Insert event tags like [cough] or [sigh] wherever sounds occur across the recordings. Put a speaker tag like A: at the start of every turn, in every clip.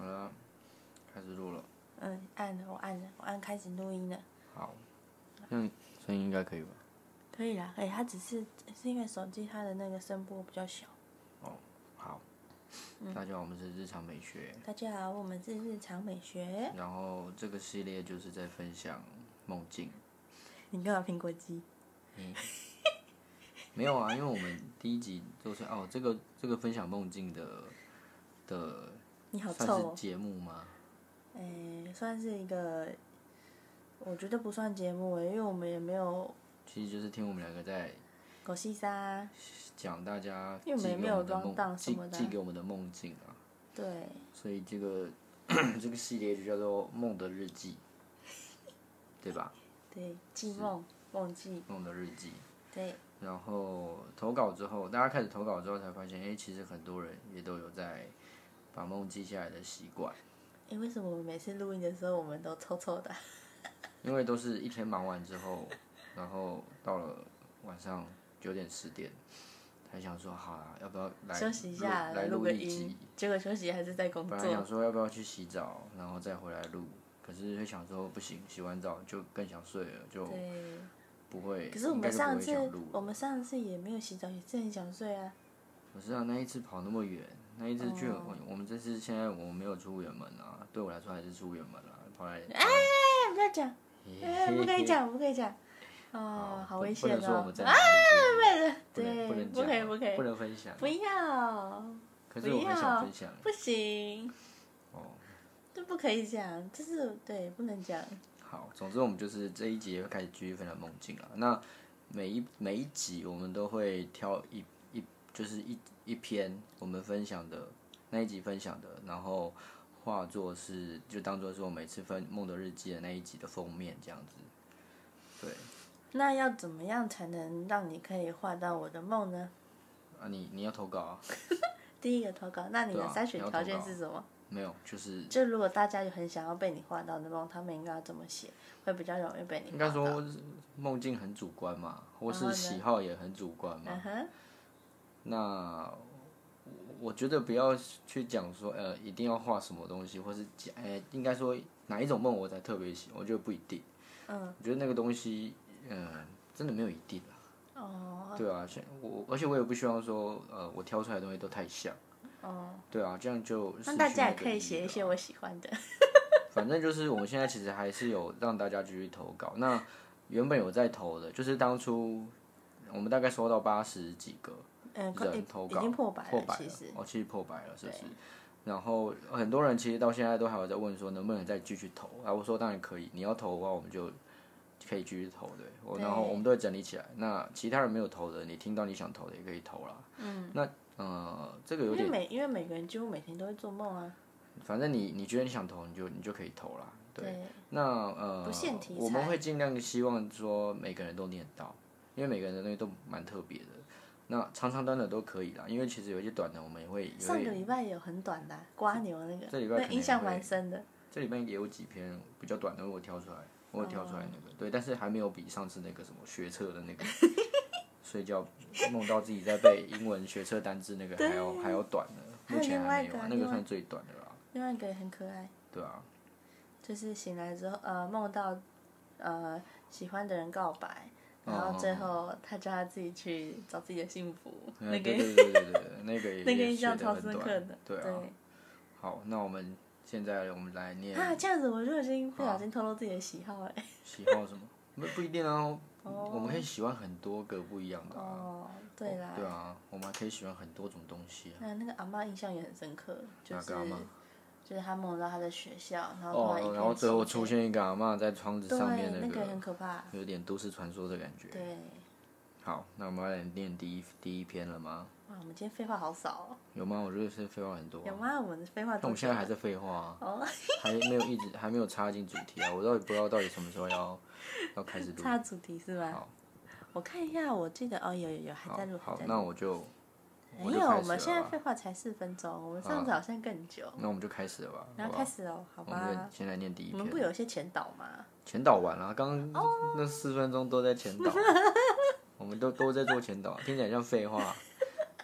A: 了，开始录了。
B: 嗯，按了，我按了，我按开始录音了。
A: 好，那你声音应该可以吧？
B: 可以啦，可以。它只是是因为手机它的那个声波比较小。
A: 好。
B: 嗯
A: 大家好，我们是日常美学，
B: 大家好，我们是日常美学。
A: 然后这个系列就是在分享梦境。
B: 你干嘛苹果肌？
A: 没有啊，因为我们第一集就是哦，这个这个分享梦境的的
B: 你好
A: 算
B: 臭
A: 是
B: 哦。
A: 节目吗？
B: 诶、算是一个，我觉得不算节目欸诶、因为我们也没有
A: 其实就是听我们两个在
B: 狗戏沙。
A: 讲大家寄
B: 因为我
A: 给
B: 们也没
A: 我
B: 有
A: 们的
B: round down
A: 梦，
B: 什
A: 寄
B: 么的啊
A: 寄给我们的梦境啊，
B: 对，
A: 所以这个 [coughs] 这个系列就叫做梦的日记，对吧？
B: 对，记梦，忘记，
A: 梦的日记。
B: 对，
A: 然后投稿之后，大家开始投稿之后才发现，哎，其实很多人也都有在把梦记下来的习惯，
B: 诶、哎为什么我们每次录音的时候我们都臭臭的啊？
A: 因为都是一天忙完之后，然后到了晚上九点十点，才想说，好啦，要不要来
B: 休息一下，
A: 录来
B: 录
A: 录
B: 个
A: 一
B: 音
A: 集？。
B: 结果休息还是在工
A: 本来
B: 作
A: 想。说要不要去洗澡，然后再回来录，可是会想说不行，洗完澡就更想睡了，就
B: 对。
A: 不会。
B: 可是我
A: 应该就
B: 们
A: 不
B: 上
A: 会
B: 次
A: 想录了
B: 我们上次也没有洗澡，也是很想睡啊。
A: 我知道那一次跑那么远，那一次去很、
B: 哦
A: 我们这次现在我们没有出远门啊，对我来说还是出远门啊，跑来。
B: 哎，不要讲，哎，不可
A: [laughs]
B: 以讲，不可以讲。哦，好危险
A: 不能说我
B: 哦
A: 们！在哪里不能
B: 对，
A: 能
B: 不
A: 讲
B: 可以，不可以
A: 不，能分享。
B: 不要，
A: 可是我很想分享。
B: 不行，
A: 哦，
B: 这不可以讲，这是对，不能讲。
A: 好，总之我们就是这一集会开始继续分享梦境了。那每一每一集我们都会挑一一就是一一篇我们分享的那一集分享的，然后化作是就当做是我每次分梦的日记的那一集的封面这样子。对，
B: 那要怎么样才能让你可以画到我的梦呢？
A: 啊你你要投稿啊？
B: 第一个投稿，那你的
A: 对啊
B: 筛选
A: 你要
B: 条
A: 投
B: 件
A: 稿
B: 是什么？
A: 没有，就是
B: 就如果大家有很想要被你画到的梦，他们应该要怎么写，会比较容易被你
A: 应
B: 画
A: 该
B: 到？
A: 说梦境很主观嘛，或
B: 然
A: 是
B: 后呢
A: 喜好也很主观嘛。
B: 嗯哼，
A: 那我我觉得不要去讲说，呃，一定要画什么东西，或是讲，呃、应该说哪一种梦我才特别喜欢，我觉得不一定。
B: 嗯，
A: 我觉得那个东西，呃，真的没有一定啊。
B: 哦，
A: 对啊，像我，而且我也不希望说，呃，我挑出来的东西都太像。
B: 哦，
A: 对啊，这样就失
B: 那
A: 去
B: 大家
A: 那
B: 也
A: 个
B: 可
A: 意
B: 以
A: 义
B: 写
A: 了
B: 一些我喜欢的。
A: 反正就是我们现在其实还是有让大家继续投稿。那原本有在投的，就是当初我们大概收到八十几个
B: 嗯，快已
A: 人投稿，
B: 已经破百
A: 破
B: 了
A: 百，
B: 其实
A: 哦，其实破百了，是不是？然后很多人其实到现在都还有在问说能不能再继续投啊？我说当然可以，你要投的话我们就可以继续投，对。我
B: 对
A: 然后我们都会整理起来。那其他人没有投的，你听到你想投的也可以投啦。嗯。那呃，这个有
B: 因
A: 点，
B: 为每因为每个人几乎每天都会做梦啊，
A: 反正你你觉得你想投，你就你就可以投啦。对。
B: 对，
A: 那呃，
B: 不限题材
A: 我们会尽量希望说每个人都念到，因为每个人的东西都蛮特别的。那长长短短都可以啦，因为其实有一些短的我们也会，也
B: 上个
A: 会
B: 礼拜有很短的啊瓜牛那个，
A: 这礼拜可
B: 那
A: 能
B: 印象
A: 会
B: 蛮深的。
A: 这里面也有几篇比较短的，我挑出来，我有挑出来那个、对，但是还没有比上次那个什么学测的那
B: [laughs]
A: 个睡觉梦到自己在背英文学测单字那个还要还要短的，
B: 还
A: 目
B: 有
A: 前
B: 另
A: 还
B: 外
A: 没有
B: 一个
A: 啊
B: 啊，
A: 那个
B: 另外
A: 算最短的啦，
B: 另外一个也很可爱，
A: 对啊，
B: 就是醒来之后，呃，梦到呃喜欢的人告白，然后最后他叫他自己去找自己的幸福，
A: 哦嗯
B: 那个
A: 对对对对对，那
B: [laughs]
A: 个也
B: 那个
A: 也
B: 印象
A: 学得
B: 超
A: 很
B: 深
A: 短
B: 刻的。
A: 对啊。好，那我们现在我们来念
B: 啊，这样子我就已经不小心透露自己的喜好了。
A: 喜好什么？不不一定啊，我们可以喜欢很多个不一样的、啊。
B: 哦，对啦，
A: 对啊，我们还可以喜欢很多种东西啊。
B: 那那个阿妈印象也很深刻，就
A: 哪
B: 是
A: 个阿嬷
B: 就是她梦到她在学校，然后突
A: 哦
B: 然一，片
A: 然后最后
B: 漆
A: 出现一个阿嬷在窗子
B: 黑对
A: 上面
B: 那
A: 个，
B: 很可怕，
A: 有点都市传说的感觉。
B: 对。
A: 好，那我们要来念第一第一篇了吗？
B: 哇，我们今天废话好少、哦，
A: 有吗？我觉得是废话很多、
B: 有
A: 啊。
B: 吗？我哦们的废话
A: 那
B: 多
A: 我
B: 久
A: 现在还在废话、啊， [laughs] 还没有一直还没有插进主题啊！我到底不知道到底什么时候要要开始录。
B: 差主题是吧？
A: 好
B: 我看一下，我记得哦，有有有，还
A: 好
B: 在录，，还
A: 好
B: 在，录。
A: 那我就我
B: 没
A: 就
B: 有，
A: 开
B: 我
A: 始
B: 们现在
A: 了
B: 废
A: 吧。
B: 话才四分钟，我们上次好像更久。
A: 那我们就开始了吧。
B: 然
A: 好不
B: 后开
A: 好
B: 始哦，好
A: 我们
B: 吧
A: 就。先来念第一
B: 我
A: 篇
B: 们。不有一些前导吗？
A: 前导完了，刚
B: 哦
A: 刚那
B: [laughs]
A: 四分钟都在前导，我们都都在做前导，听起来像废话。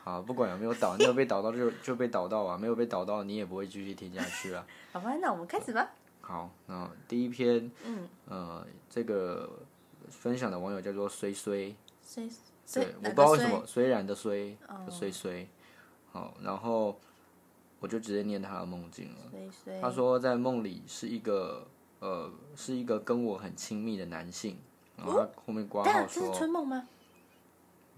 A: 好，不管有没有导，你有被导到就就被导到啊，没有被导到你也不会继续听下去啊。
B: 好吧，那我们开始吧。
A: 好，那第一篇，
B: 嗯，
A: 呃，这个分享的网友叫做虽虽，
B: 虽虽
A: 对，我
B: 哪
A: 不知
B: 个
A: 道为什
B: 虽
A: 么，虽然的虽，
B: 哦
A: 就虽虽，好，然后我就直接念他的梦境了。
B: 虽虽，
A: 他说在梦里是一个呃，是一个跟我很亲密的男性，然后他后面挂
B: 哦但
A: 号
B: 这是
A: 说
B: 春梦吗？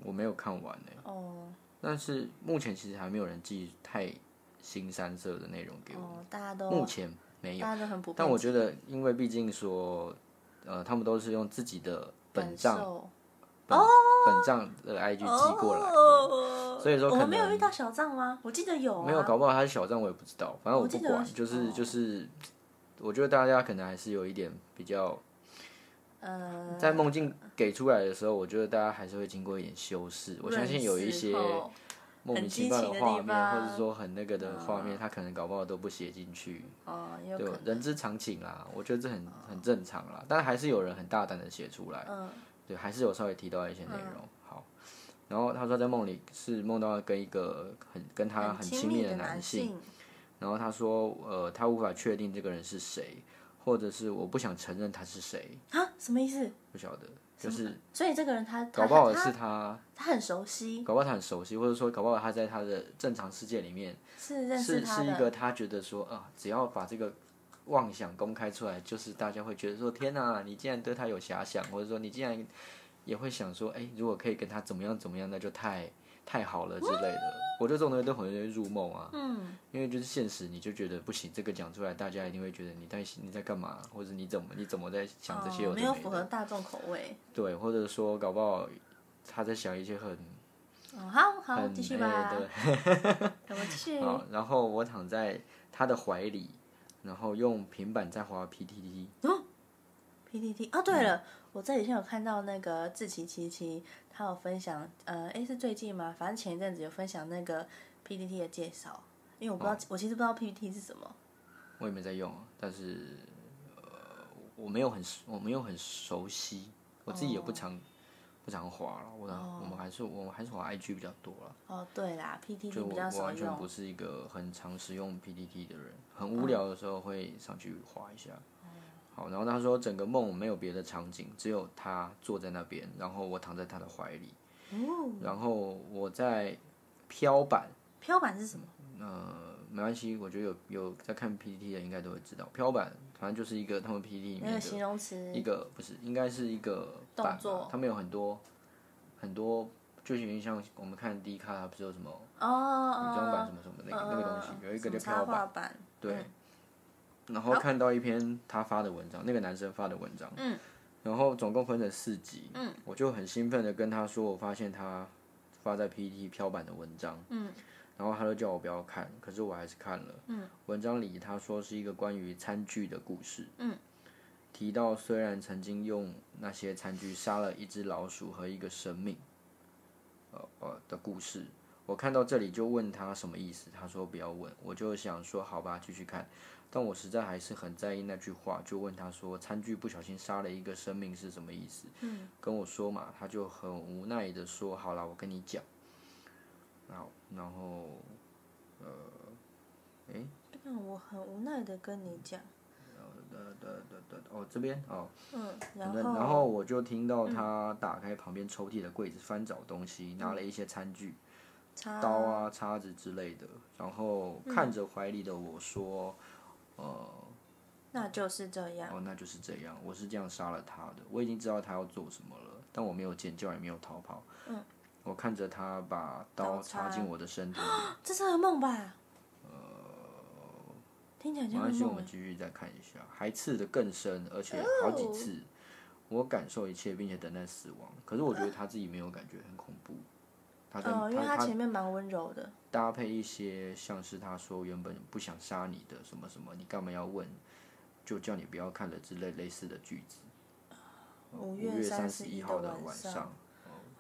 A: 我没有看完呢、
B: 哦
A: 但是目前其实还没有人寄太新三色的内容给我，
B: 哦，大家都
A: 目前没有。
B: 大家都很不
A: 但我
B: 被
A: 觉得，因为毕竟说，呃，他们都是用自己的本
B: 感
A: 账
B: 受
A: 本本账的 IG 寄过来，
B: 哦
A: 所以说
B: 我
A: 可
B: 们没有
A: 能
B: 遇到小账吗？我记得有、啊，
A: 没有搞不好他是小账，我也不知道，反正
B: 我
A: 不
B: 记得
A: 管
B: 是，
A: 就是
B: 哦
A: 就是，我觉得大家可能还是有一点比较，
B: 呃，
A: 在梦境给出来的时候，我觉得大家还是会经过一点修饰。我相信有一些
B: 润饰后
A: 莫名
B: 很
A: 其
B: 激
A: 妙
B: 情的
A: 画
B: 地
A: 面，或
B: 方嗯
A: 者说很那个的画面，他可能搞不好都不写进去。
B: 哦，也有
A: 对
B: 可，能，
A: 人之常情啦，我觉得这很很正常啦，但还是有人很大胆的写出来，
B: 嗯，
A: 对，还是有稍微提到一些内容。好，然后他说在梦里是梦到跟一个很跟他很亲
B: 亲
A: 密
B: 的
A: 男性，
B: 性，
A: 然后他说呃他无法确定这个人是谁，或者是我不想承认他是谁，
B: 啊，什么意思？
A: 不晓得，就是
B: 所以这个人他他
A: 搞不好
B: 他
A: 是他，
B: 他很熟悉，
A: 搞不好他很熟悉，或者说搞不好他在他的正常世界里面
B: 是认识
A: 是
B: 他
A: 是一
B: 的，
A: 个他觉得说啊，只要把这个妄想公开出来，就是大家会觉得说天哪、你竟然对他有遐想，或者说你竟然也会想说，哎、如果可以跟他怎么样怎么样，那就太太好了之类的。我觉得这种东西都很容易入梦啊，
B: 嗯，
A: 因为就是现实，你就觉得不行，这个讲出来，大家一定会觉得你在你在干嘛，或者你怎么你怎么在想这些
B: 哦
A: 有的
B: 没有
A: 的
B: 符合大众口味。
A: 对，或者说搞不好他在想一些很
B: 哦，好好，
A: 很
B: 继续
A: 哎
B: 吧，
A: 对
B: 我们继 [laughs] 续。
A: 好，啊然后我躺在他的怀里，然后用平板在滑 PTT。
B: PPT 哦，对了，我这几天有看到那个志奇七七，他有分享，呃，诶，是最近吗？反正前一阵子有分享那个 PPT 的介绍，因为我不知道，
A: 哦
B: 我其实不知道 PPT 是什么。
A: 我也没在用，但是呃，我没有很我没有很熟悉，我自己
B: 哦
A: 也不常、不常滑了。我、我们还是我们还是滑 IG 比较多了，
B: 哦，对啦
A: 就
B: ，PPT
A: 我
B: 比较
A: 我
B: 少
A: 完全不
B: 用。嗯
A: 是一个很常使用 PTT 的人，很无聊的时候会上去滑一下。
B: 哦
A: 好，然后他说整个梦没有别的场景，只有他坐在那边，然后我躺在他的怀里，
B: 哦，
A: 然后我在飘板。
B: 飘板是什么？
A: 呃，没关系，我觉得有有在看 PPT 的应该都会知道，飘板反正就是一个他们 PPT 里
B: 那
A: 面
B: 个形
A: 的
B: 容词
A: 一个不是，应该是一个
B: 动
A: 板吧
B: 作
A: 他们有很多很多，就是有点像我们看 D 卡，它不是有什么
B: 哦哦
A: 女装版什么什么的
B: 嗯
A: 那个、那个东西，有一个叫
B: 什么
A: 飘
B: 插
A: 板，
B: 画板，
A: 对。
B: 嗯
A: 然后看到一篇他发的文章，那个男生发的文章，
B: 嗯，
A: 然后总共分成四集，嗯，我就很兴奋的跟他说，我发现他发在 PPT 飘板的文章，
B: 嗯，
A: 然后他就叫我不要看，可是我还是看了，嗯，文章里他说是一个关于餐具的故事，
B: 嗯，
A: 提到虽然曾经用那些餐具杀了一只老鼠和一个生命，呃呃的故事。我看到这里就问他什么意思，他说不要问，我就想说好吧，继续看。但我实在还是很在意那句话，就问他说：“餐具不小心杀了一个生命是什么意思？”嗯，跟我说嘛，他就很无奈的说：“好啦，我跟你讲。”然后，然后，
B: 让我很无奈的跟你讲，
A: 呃哦，这边哦，
B: 嗯，然
A: 然
B: 后
A: 然后嗯我就听到他打开旁边抽屉的柜子，翻找东西，拿了一些餐具，
B: 插
A: 刀嗯啊、嗯叉子之类的，然后看着怀里的我说：“呃，
B: 那就是这样，
A: 哦，那就是这样，我是这样杀了他的。我已经知道他要做什么了，但我没有尖叫，也没有逃跑。
B: 嗯，
A: 我看着他把刀
B: 刀
A: 插
B: 插啊
A: 进我的身体里。
B: 这是噩梦吧？呃，听起来
A: 没
B: 就
A: 关
B: 是
A: 系，我
B: 梦
A: 们
B: 欸。
A: 继续再看一下，还刺得更深，而且好
B: 哦
A: 几次。我感受一切，并且等待死亡。可是我觉得他自己没有感觉很恐怖，他在、
B: 哦，因为
A: 他
B: 他前面蛮温柔的，
A: 搭配一些像是他说原本不想杀你的什么什么，你干嘛要问？就叫你不要看了之类类似的句子。
B: 五
A: 呃五
B: 月
A: 月
B: 三
A: 三
B: 十
A: 十
B: 一
A: 一
B: 的
A: 号的
B: 晚
A: 晚
B: 上
A: 上，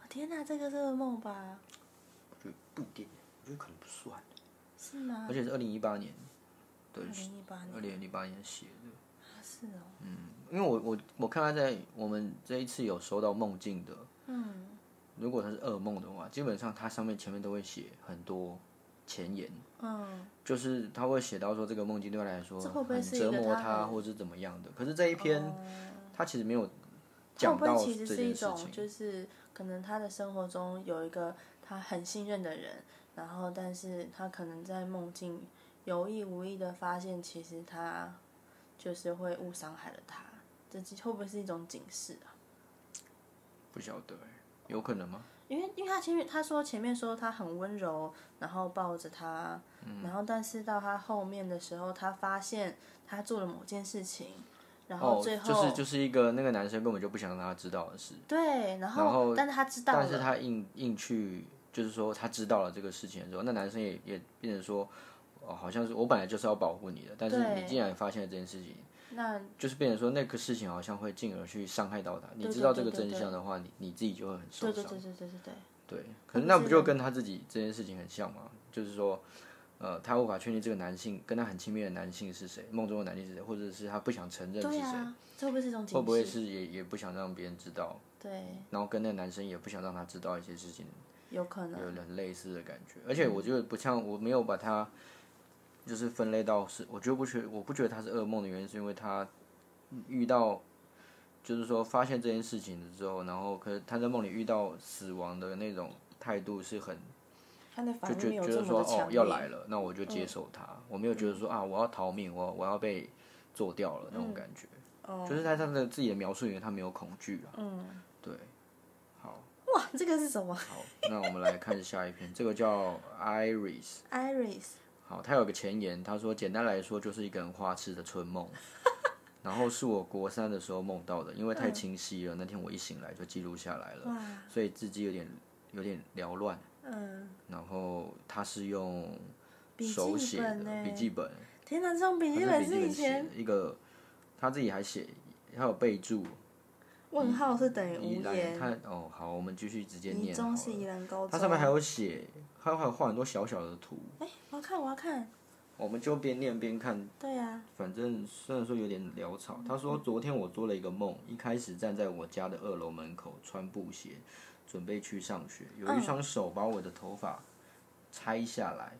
B: 天哪，这个是噩梦吧？
A: 我觉得不一定，我觉得可能不算，
B: 是吗
A: 而？且是二零一八年，
B: 二
A: 对，
B: 零一八
A: 二零
B: 年
A: 一八年写的。
B: 啊是哦，
A: 因为我我我看他在我们这一次有收到梦境的，
B: 嗯，
A: 如果它是噩梦的话，基本上它上面前面都会写很多前言，
B: 嗯，
A: 就是他会写到说这个梦境对他来说
B: 这会不会
A: 很
B: 是一个
A: 折磨
B: 他
A: 他，
B: 很
A: 或者是怎么样的。可是这一篇他其实没有
B: 会
A: 讲
B: 不会
A: 到
B: 其
A: 这
B: 实是一
A: 件事
B: 种，
A: 情，
B: 就是可能他的生活中有一个他很信任的人，然后但是他可能在梦境有意无意的发现，其实他就是会误伤害了他，这其会不会是一种警示啊？
A: 不晓得欸，有可能吗？
B: 因为因为他前面他说前面说他很温柔，然后抱着他，
A: 嗯
B: 然后但是到他后面的时候，他发现他做了某件事情，然后
A: 哦，
B: 最
A: 就
B: 后、
A: 是就是一个那个男生根本就不想让他知道的事，
B: 对，然后
A: 然后
B: 但是他知道
A: 但是
B: 了，
A: 他硬硬去，就是说他知道了这个事情的时候，那男生也也变成说，哦，好像是我本来就是要保护你的，但是
B: 对
A: 你竟然发现了这件事情，
B: 那
A: 就是变成说那个事情好像会进而去伤害到他。你
B: 对
A: 知
B: 对
A: 道这
B: 对
A: 个
B: 对
A: 真
B: 对
A: 相的话，你你自己就会很受
B: 对
A: 伤。
B: 对对对对对对，
A: 对，可是
B: 不
A: 那
B: 是
A: 不就跟他自己这件事情很像吗？就是说，呃，他无法确定这个男性跟他很亲密的男性是谁，梦中的男性是谁，或者是他不想承认
B: 对
A: 是谁，
B: 啊，这会不会是一种警示？
A: 会不会是也也不想让别人知道，
B: 对，
A: 然后跟那个男生也不想让他知道一些事情，
B: 有可
A: 有
B: 能。
A: 很类似的感觉。而且我觉得不像，我没有把它就是分类到是，我觉得不觉我不觉得他是噩梦的原因，是因为他遇到。就是说，发现这件事情了之后，然后可是他在梦里遇到死亡的那种态度是很
B: 他的反
A: 就
B: 应没
A: 觉
B: 有
A: 觉
B: 这
A: 得
B: 么
A: 说
B: 的强
A: 哦
B: 烈。嗯
A: 要来了，那我就接受它。我没有觉得说啊我要逃命，我我要被做掉了那种感觉，
B: 嗯哦
A: 就是在他的自己的描述里面，他没有恐惧啊。
B: 嗯，
A: 对，好，
B: 哇，这个是什么
A: 好，那我们来看下一篇，这个叫 Iris。
B: ？Iris，
A: 好，他有个前言，他说简单来说就是一个很花痴的春
B: [laughs]
A: 梦。然后是我国三的时候梦到的，因为
B: 嗯
A: 太清晰了，那天我一醒来就记录下来了，
B: 哇，
A: 所以字迹有点有点缭乱。
B: 嗯，
A: 然后他是用
B: 笔
A: 手
B: 记
A: 写的
B: 本呢？
A: 笔记本，
B: 天哪，这种笔记
A: 他
B: 本
A: 是笔记
B: 是以
A: 本写
B: 前
A: 的一个，他自己还写，还有备注。
B: 问号是等于
A: 宜
B: 无
A: 兰，他
B: 言，
A: 哦，好，我们继续直接
B: 一
A: 念好
B: 中是宜
A: 了。
B: 兰高中。
A: 它上面还有写，它还有画很多小小的图，
B: 哎，我要看，我要看。
A: 我们就边念边看。
B: 对啊呀，
A: 反正虽然说有点潦草，他说昨天我做了一个梦，一开始站在我家的二楼门口，穿布鞋，准备去上学，有一双手把我的头发拆下来，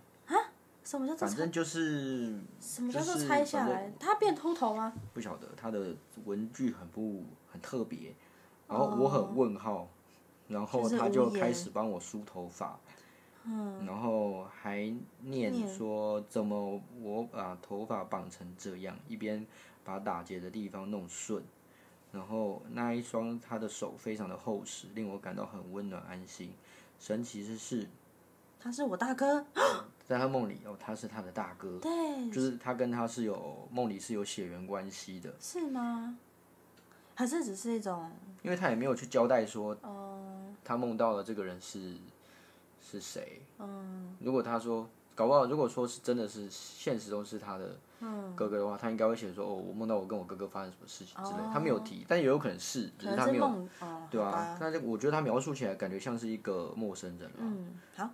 B: 什么叫做
A: 反正就是
B: 什么叫做
A: 就是
B: 拆下
A: 反
B: 来？他变秃头吗？
A: 不晓得他的文具很不很特别，然后我很问号，然后
B: 哦就是
A: 他就
B: 无言
A: 开始帮我梳头发，嗯，然后还念
B: 念
A: 说怎么我把头发绑成这样，一边把打结的地方弄顺，然后那一双他的手非常的厚实，令我感到很温暖安心。神奇的是，
B: 他是我大哥。
A: 在他梦里哦，他是他的大哥，
B: 对，
A: 就是他跟他是有梦里是有血缘关系的。
B: 是吗？还是只是一种
A: 因为他也没有去交代说
B: 哦，
A: 他梦到的这个人是是谁。
B: 嗯
A: 如果他说，搞不好如果说是真的是现实中是他的
B: 嗯，
A: 哥哥的话，他应该会写说哦，我梦到我跟我哥哥发生什么事情之类的
B: 哦。
A: 他没有提，但也有可能是，只
B: 可
A: 他
B: 能
A: 没
B: 是
A: 有，
B: 梦哦，
A: 对
B: 好
A: 啊
B: 吧。
A: 那就我觉得他描述起来感觉像是一个陌生人了。
B: 嗯，好，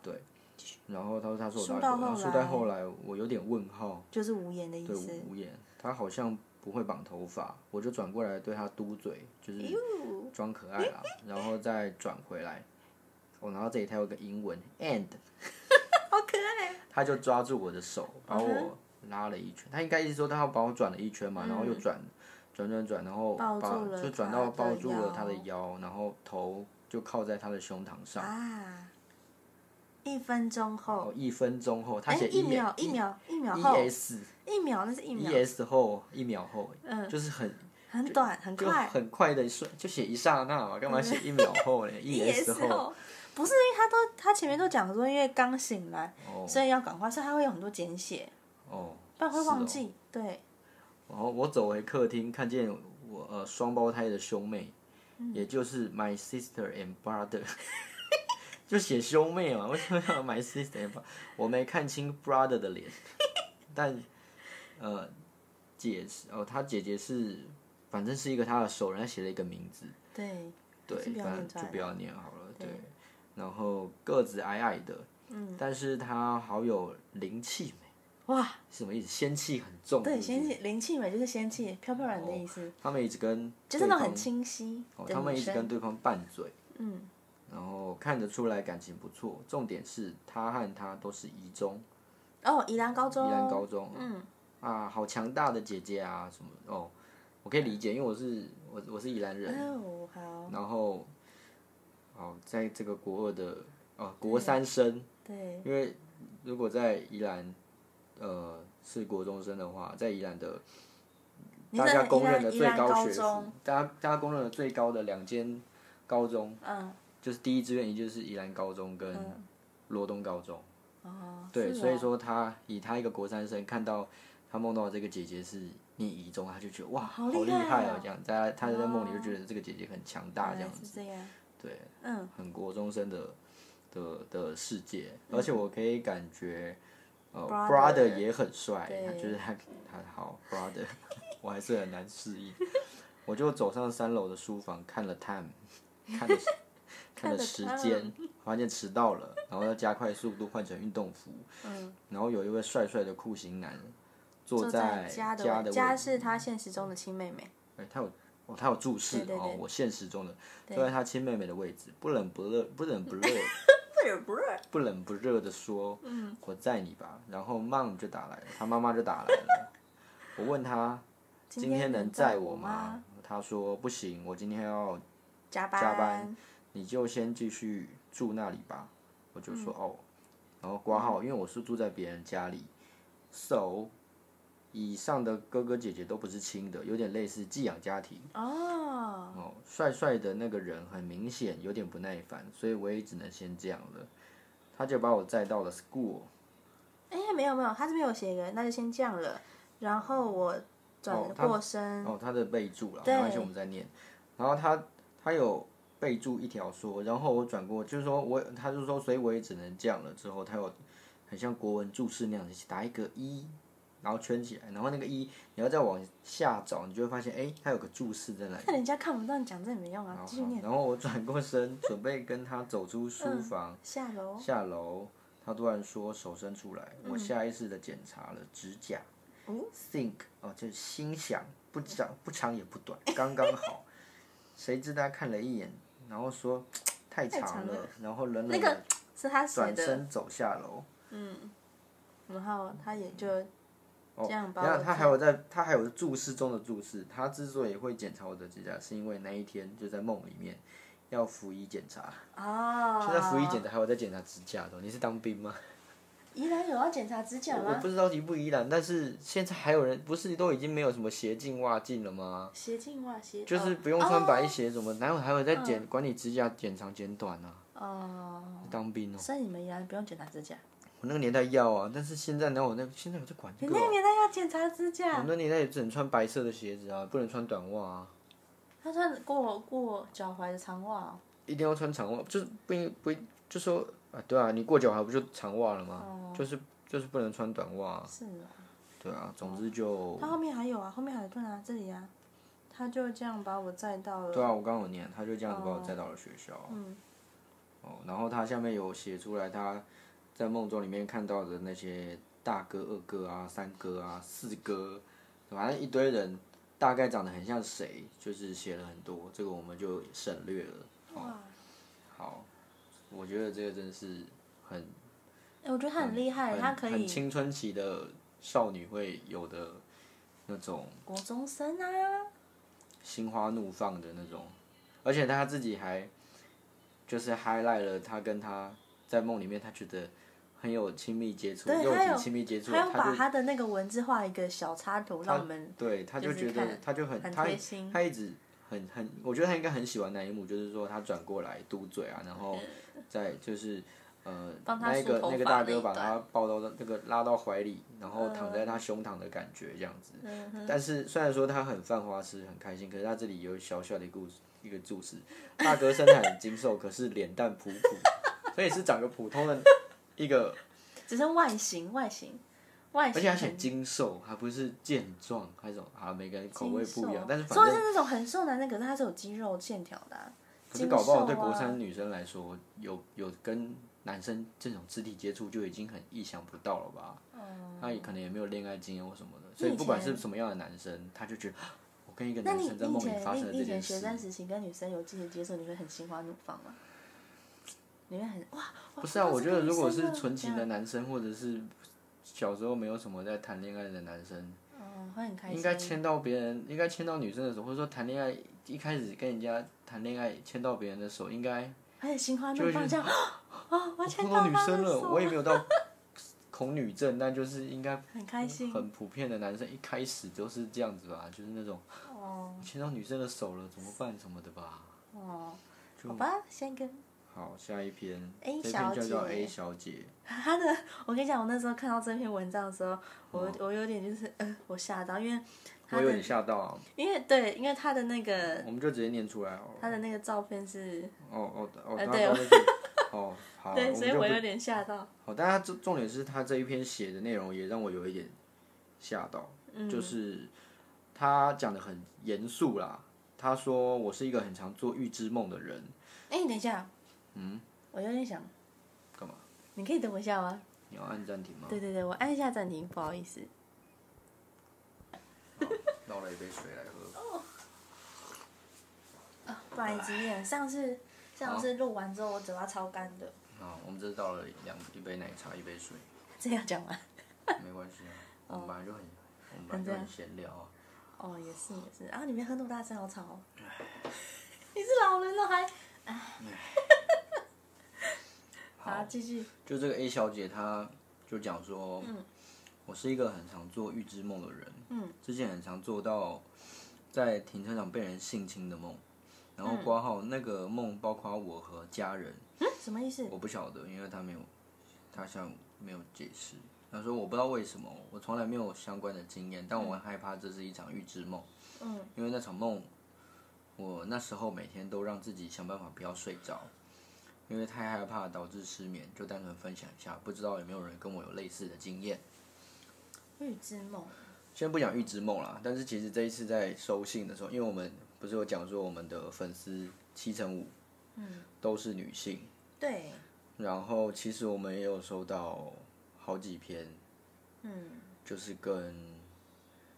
A: 然后他说他是
B: 书
A: 我大
B: 到
A: 哥，然后
B: 后
A: 书到
B: 来
A: 后来我有点问号，
B: 就是无言的意
A: 哦对
B: 思。
A: 无言，他好像不会绑头发，我就转过来对他嘟嘴，就是
B: 哟
A: 装可爱啦，然后再转回来。我、然后这里它有个英文 and，
B: [laughs] 好可爱。嗯
A: 他就抓住我的手，把我拉了一圈。他应该意思说他要把我转了一圈嘛，然后又转转转转，然后
B: 嗯抱
A: 把
B: 住了
A: 就转
B: 他
A: 到
B: 的
A: 抱住了他的
B: 腰
A: 腰，然后头就靠在他的胸膛上。
B: 啊！一分钟
A: 哦
B: 后，，
A: 一分钟后，他
B: 哎，
A: 写
B: 一
A: E-
B: 秒，一秒，一秒
A: E
B: 后，
A: S
B: 一秒那是一
A: E
B: 秒，
A: S 后一秒后，
B: 嗯
A: 就是很
B: 很短，很
A: 就
B: 快。嗯
A: 很快的瞬，就写一刹那嘛，干嘛写一秒后
B: [laughs]
A: 呢？E S 后，
B: 后，不是因为他都他前面都讲说，因为刚醒来，
A: 哦
B: 所以要赶快，所以他会有很多简写，
A: 哦，
B: 不然会
A: 是
B: 忘
A: 哦
B: 记。对，
A: 然后我走回客厅，看见我呃双胞胎的兄妹，
B: 嗯
A: 也就是 my sister and brother，就写兄妹嘛，为什么要 my sister and brother？我没看清 brother 的脸，但呃姐是哦，她姐姐是反正是一个她的熟人，她写了一个名字，
B: 对，
A: 对，
B: 是不要
A: 反
B: 念出
A: 正
B: 来
A: 就
B: 的
A: 不要念好了，
B: 对
A: 对。然后个子矮矮的，嗯，但是她好有灵气美，
B: 哇，
A: 是什么意思？仙气很重，
B: 对，
A: 是不是
B: 仙气灵气美就是仙气飘飘然的意思，
A: 他们一直跟
B: 哎就是那种
A: 哦对
B: 很
A: 方
B: 清晰
A: 哦，
B: 的
A: 他们
B: 女
A: 一直
B: 生。
A: 跟对方拌嘴，
B: 嗯，
A: 然后看得出来感情不错。重点是他和她都是宜中，
B: 哦，宜兰高中，
A: 宜兰高中，嗯啊，好强大的姐姐啊什么哦，我可以理解，因为我是我我是宜兰人，
B: 哦，好，
A: 然后哦，在这个国二的哦国三生，
B: 对，
A: 因为如果在宜兰呃是国中生的话，在宜兰的
B: 你
A: 大
B: 在
A: 家
B: 宜
A: 公认
B: 兰
A: 的
B: 宜
A: 最
B: 兰
A: 高
B: 高
A: 学府
B: 中，
A: 大家大家公认的最高的两间高中。
B: 嗯，
A: 就是第一志愿，也就是宜兰高中跟罗东高中。
B: 哦，
A: 对，
B: 是
A: 所以
B: 哦
A: 说他以他一个国三生看到他梦到的这个姐姐是念宜中，他就觉得哇，好
B: 好厉
A: 害
B: 害
A: 哦
B: 哦！
A: 这样，在他在梦里就觉得这个姐姐很强大，这
B: 原来
A: 样
B: 是
A: 子，
B: 这样，
A: 对，
B: 嗯，
A: 很国中生的的的世界。而且我可以感觉，呃
B: 嗯 Brother
A: ，brother 也很帅，
B: 对
A: 他就是他他好 brother，我 [laughs] 还是很难适应。我就走上三楼的书房，看了 time，看
B: [laughs]
A: 了看了
B: 看了
A: 时间，发现迟到了，然后要加快速度换成运动服。嗯，然后有一位帅帅的酷刑男坐
B: 坐在
A: 在
B: 家的
A: 家
B: 位家
A: 位置，
B: 是他现实中的亲妹
A: [laughs]
B: 妹，
A: 哎，他有哦，他有注视
B: 对对
A: 哦
B: 对，
A: 我现实中的
B: 对
A: 坐在他亲妹妹的位置，不冷不热，不冷不热，
B: 不是不是，
A: 不冷不热的说，嗯，我载你吧。然后 mom 就打来了，他妈妈就打来了。我问他今天能载我吗？？他说不行，我今天要
B: 加班，
A: 加班，你就先继续住那里吧。我就说、哦，然后挂号，因为我是住在别人家里，so 以上的哥哥姐姐都不是亲的，有点类似寄养家庭。
B: 哦，
A: 哦，帅帅的那个人很明显有点不耐烦，所以我也只能先这样了。他就把我载到了 school，
B: 哎，没有没有，他这边有写一个，那就先这样了。然后我转
A: 哦他
B: 过身，
A: 哦，他的备注了，
B: 对
A: 没关系，我们再念。然后他他有备注一条说，然后我转过，就是说我，他就说，所以我也只能这样了。之后他有很像国文注释那样子打一个一，然后圈起来，然后那个一你要再往下找，你就会发现，哎，它有个注释在那里。
B: 但人家看不到，你讲这也没 [laughs] 用啊，继续
A: 好
B: 念。嗯
A: 然后我转过身，准备跟他走出书房，
B: 下楼，嗯
A: 下楼，他突然说手伸出来，我下意识的检查了指甲。Think 哦，就是心想，不长不长也不短，刚刚好。谁知他看了一眼，然后说太
B: 太
A: 长
B: 长
A: 了，然后冷冷
B: 那个
A: 的
B: 是他写
A: 转
B: 的，
A: 身走下楼。
B: 然后他也就
A: 哦，
B: 这样把
A: 然
B: 我
A: 后他
B: 这
A: 还有在，他还有注视中的注视。他之所以会检查我的指甲，是因为那一天就在梦里面要服医检查，
B: 哦，
A: 就在服医检查，还有在检查指甲的哦。你是当兵吗？
B: 宜兰有要检查指甲
A: 我
B: 吗？
A: 不知道宜不宜兰，但是现在还有人不是都已经没有什么鞋镜袜镜了吗？
B: 鞋镜袜鞋
A: 啊
B: 哦嗯
A: 就是不用穿白鞋什么，哪有还有在剪、管你指甲剪长剪短啊？
B: 哦，
A: 当兵哦，
B: 所以你们宜兰不用检查指甲，
A: 我那个年代要啊，但是现在哪有那现在有在管这
B: 你
A: 个
B: 那
A: 啊、
B: 个年代要检查指
A: 我
B: 甲，
A: 那年代也只能穿白色的鞋子啊，不能穿短袜啊，
B: 他穿过过脚踝的长袜哦
A: 一定要穿长袜，就是不应不应就说啊，对啊，你过脚踝不就长袜了吗？
B: 哦
A: 就是就是不能穿短袜啊、
B: 是哦。
A: 对啊，总之就
B: 他后面还有啊，后面还有对啊，这里啊，他就这样把我载到了。
A: 对啊，我刚刚有念，他就这样子把我
B: 哦
A: 载到了学校。嗯。哦，然后他下面有写出来他在梦中里面看到的那些大哥、二哥啊、三哥啊、四哥，反正一堆人，大概长得很像谁，就是写了很多，这个我们就省略了。哦
B: 哇，
A: 好，我觉得这个真的是很
B: 哎、我觉得他很厉害，
A: 很
B: 他可
A: 很
B: 以
A: 青春期的少女会有的那种
B: 国中生啊，
A: 心花怒放的那种，而且他自己还就是 highlight 了他跟他在梦里面，他觉得很有亲密接触，
B: 对
A: 肉
B: 他有
A: 体亲密接触，
B: 他要把
A: 他就
B: 他的那个文字画一个小插图，让我们
A: 对他就
B: 就
A: 觉
B: 是
A: 得
B: 看
A: 他就很
B: 很
A: 他
B: 贴心
A: 他一直很很，我觉得他应该很喜欢那一幕，就是说他转过来嘟嘴啊，然后再就是。呃，
B: 嗯帮他
A: 那
B: 梳
A: 个
B: 头
A: 那个
B: 发
A: 大
B: 那
A: 哥
B: 一
A: 把
B: 段嗯
A: 他抱到那个拉到怀里，然后躺在他胸膛的感觉这样子。但是虽然说他很犯花痴，很开心，可是他这里有小小的故事一个注释：大哥身材很精瘦，可是脸蛋普普，所以是长个普通的一个，
B: 只是外形外形外
A: 而且
B: 形
A: 他
B: 很
A: 写精瘦，还不是健壮，还是什么啊？每个人口
B: 精
A: 味不一样
B: 瘦，
A: 但是反
B: 说的
A: 正
B: 是那种很瘦男生，可是他是有肌肉线条的啊、
A: 可是
B: 精
A: 搞不好
B: 瘦
A: 对国
B: 啊
A: 三女生来说，有有跟男生这种肢体接触就已经很意想不到了吧？他也可能也没有恋爱经验或什么的，所以
B: 嗯你以
A: 不管
B: 前
A: 是什么样的男生，他就觉得啊我跟一个
B: 那
A: 男
B: 你
A: 生在
B: 你以
A: 梦里
B: 前
A: 发
B: 你
A: 生了
B: 你
A: 这
B: 以前
A: 件
B: 学哦
A: 事，
B: 生时期跟女生有肢体接触，你会很心花怒放吗？你会很哇，
A: 不是啊，我觉得如果是纯情
B: 情，
A: 的男生，或者是小时候没有什么在谈恋爱的男生，
B: 嗯，会很开心。
A: 应该牵到别人，应该牵到女生的手，或者说谈恋爱一开始跟人家谈恋爱牵到别人的手，应该
B: 而且心花
A: 就
B: 怒
A: 会
B: 放，这样哦，我
A: 我
B: 牵
A: 碰
B: 到
A: 到女
B: 他
A: 生
B: 的
A: 了，
B: 手，
A: 我也没有到 [laughs] 恐女症，但就是应该
B: 很开心
A: 很普遍的男生一开始都是这样子吧，就是那种
B: 哦
A: 牵到女生的手了怎么办什么的吧。
B: 哦，
A: 就
B: 好吧，先跟
A: 好，下一篇
B: A
A: 这篇
B: 小
A: 叫做
B: 姐
A: A 小姐，
B: 他的，我跟你讲，我那时候看到这篇文章的时候，我
A: 哦
B: 我有点就是呃，我吓到，因为他
A: 我有
B: 的
A: 点吓到啊，
B: 因为对，因为他的那个
A: 我们就直接念出来好了。
B: 他的那个照片是，
A: 哦哦哦，
B: 呃
A: 他
B: 对
A: 到那个
B: [laughs]
A: 哦好，
B: 对，
A: 我
B: 所
A: 们
B: 以
A: 就
B: 我
A: 不
B: 有点吓到。
A: 好，但他重重点是他这一篇写的内容也让我有一点吓到，
B: 嗯
A: 就是他讲的很严肃啦。他说我是一个很常做预知梦的人，
B: 哎、你等一下，嗯，我有点想，
A: 干嘛？哦
B: 你可以等我一下吗？
A: 你要按暂停吗？
B: 对对对，我按一下暂停，不好意思。
A: 倒了一杯水来喝。
B: 啊，不然经验，上次上次录完之后，我嘴巴超干的。
A: 好，我们这是倒了两一杯奶茶，一杯水，
B: 这要讲完？
A: 没关系啊。我们本来就很，我们本来就很闲聊啊。
B: 哦，也是也是。啊，你别喝那么大声，好吵、哦。 [laughs] 你是老人了还？啊 [laughs] 好，
A: 好，
B: 继续。
A: 就这个 A 小姐，她就讲说，我是一个很常做预知梦的人，
B: 嗯，
A: 之前很常做到在停车场被人性侵的梦，然后挂号那个梦包括我和家人，
B: 嗯，什么意思？
A: 我不晓得，因为他没有，他像没有解释。他说我不知道为什么，我从来没有相关的经验，但我很害怕这是一场预知梦，
B: 嗯，
A: 因为那场梦，我那时候每天都让自己想办法不要睡着，因为太害怕导致失眠，就单纯分享一下，不知道有没有人跟我有类似的经验。
B: 预知梦。
A: 先不讲预知梦啦，但是其实这一次在收信的时候，因为我们不是有讲说我们的粉丝七成五，嗯，都是女性，
B: 对，
A: 然后其实我们也有收到好几篇，
B: 嗯，
A: 就是跟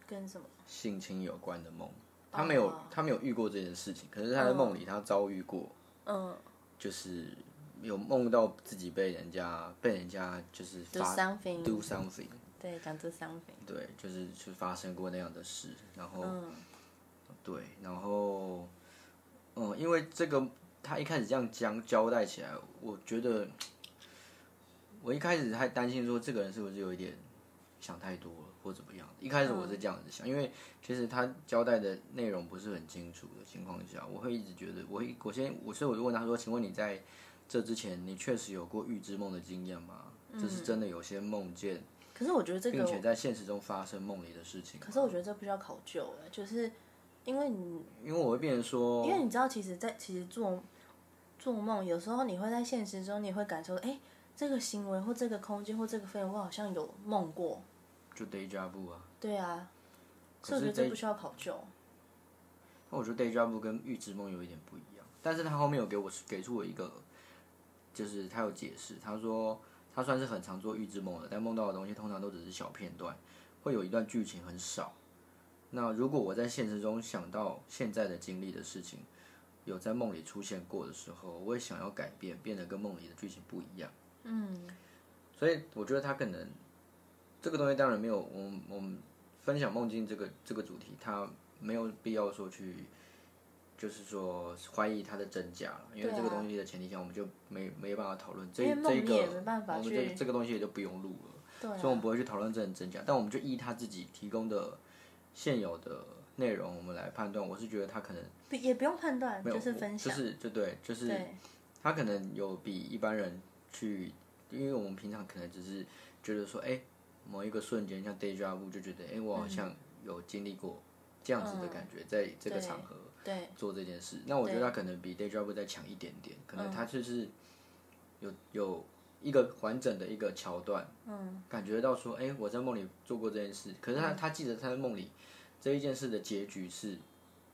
B: 跟什么？
A: 性侵有关的梦。他没
B: 哦
A: 有，他没有遇过这件事情，可是他在梦里他遭遇过，
B: 嗯，
A: 就是有梦到自己被人家被人家就是
B: 就
A: 发
B: something。
A: do 哦 something，
B: 对，讲这 something。
A: 对，就是就发生过那样的事，然后
B: 嗯
A: 对，然后，嗯，因为这个他一开始这样将交代起来，我觉得我一开始还担心说这个人是不是有一点想太多了或怎么样。一开始
B: 嗯
A: 我是这样子想，因为其实他交代的内容不是很清楚的情况下，我会一直觉得我会我先我所以我就问他说，请问你在这之前你确实有过预知梦的经验吗？这是真的有些梦见，
B: 可是我觉得嗯这
A: 并
B: 个
A: 且在现实中发生梦里的事情吗。
B: 可是我觉得这不需要考究哎，就是因为你，
A: 因为我会变成说，
B: 因为你知道，其实在，其实做做梦，有时候你会在现实中，你会感受，哎、这个行为或这个空间或这个氛围，我好像有梦过，
A: 就 deja vu 啊。
B: 对啊，
A: 可
B: 所以
A: 是
B: 我觉得这
A: day-
B: 不需要考究，
A: 那我觉得 deja vu 跟预知梦有一点不一样，但是他后面有给我给出我一个，就是他有解释，他说他算是很常做预知梦的，但梦到的东西通常都只是小片段，会有一段剧情很少。那如果我在现实中想到现在的经历的事情，有在梦里出现过的时候，我也想要改变，变得跟梦里的剧情不一样。
B: 嗯，
A: 所以我觉得他可能这个东西当然没有我们我们分享梦境这个这个主题，他没有必要说去就是说怀疑它的真假了，因为
B: 对啊
A: 这个东西的前提下，我们就没没办法讨论这
B: 因为
A: 这
B: 梦
A: 一
B: 你也
A: 个
B: 没办法
A: 我们这
B: 去，
A: 这个东西也就不用录了，
B: 对
A: 所以我
B: 啊，
A: 们不会去讨论真真假，但我们就依他自己提供的现有的内容，我们来判断。我是觉得他可能
B: 不也不用判断，
A: 没有，
B: 啊就是分享，
A: 就是就对，就是
B: 对，
A: 他可能有比一般人去，因为我们平常可能只是觉得说，哎、某一个瞬间像 deja vu 就觉得，哎、我好像有经历过这样子的感觉，在这个场合
B: 对，
A: 做这件事。那我觉得他可能比 deja vu 再强一点点，可能他就是有有一个完整的一个桥段，嗯，感觉到说，哎、我在梦里做过这件事，可是他、他记得他在梦里这一件事的结局是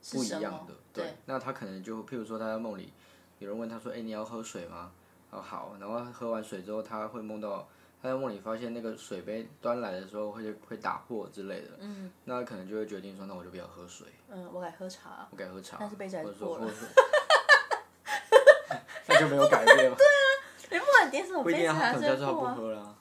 B: 是
A: 不一
B: 什
A: 样
B: 么
A: 的。
B: 对，
A: 那他可能就譬如说他在梦里，有人问他说：“哎、你要喝水吗？”哦，好。然后喝完水之后，他会梦到他在梦里发现那个水杯端来的时候会会打破之类的。嗯，那他可能就会决定说：“那我就不要喝水，
B: 嗯，我改喝茶，
A: 我改喝茶。” [laughs]
B: 但是杯子还
A: 或
B: 是
A: 者说
B: 破了
A: 或
B: [laughs]
A: 者说那就没有改变了。对啊，
B: 到底点什么
A: 不一
B: 杯
A: 定
B: 子
A: 啊，他
B: 还
A: 可
B: 是
A: 能就
B: 会
A: 说他不
B: 过啊？
A: 喝啦，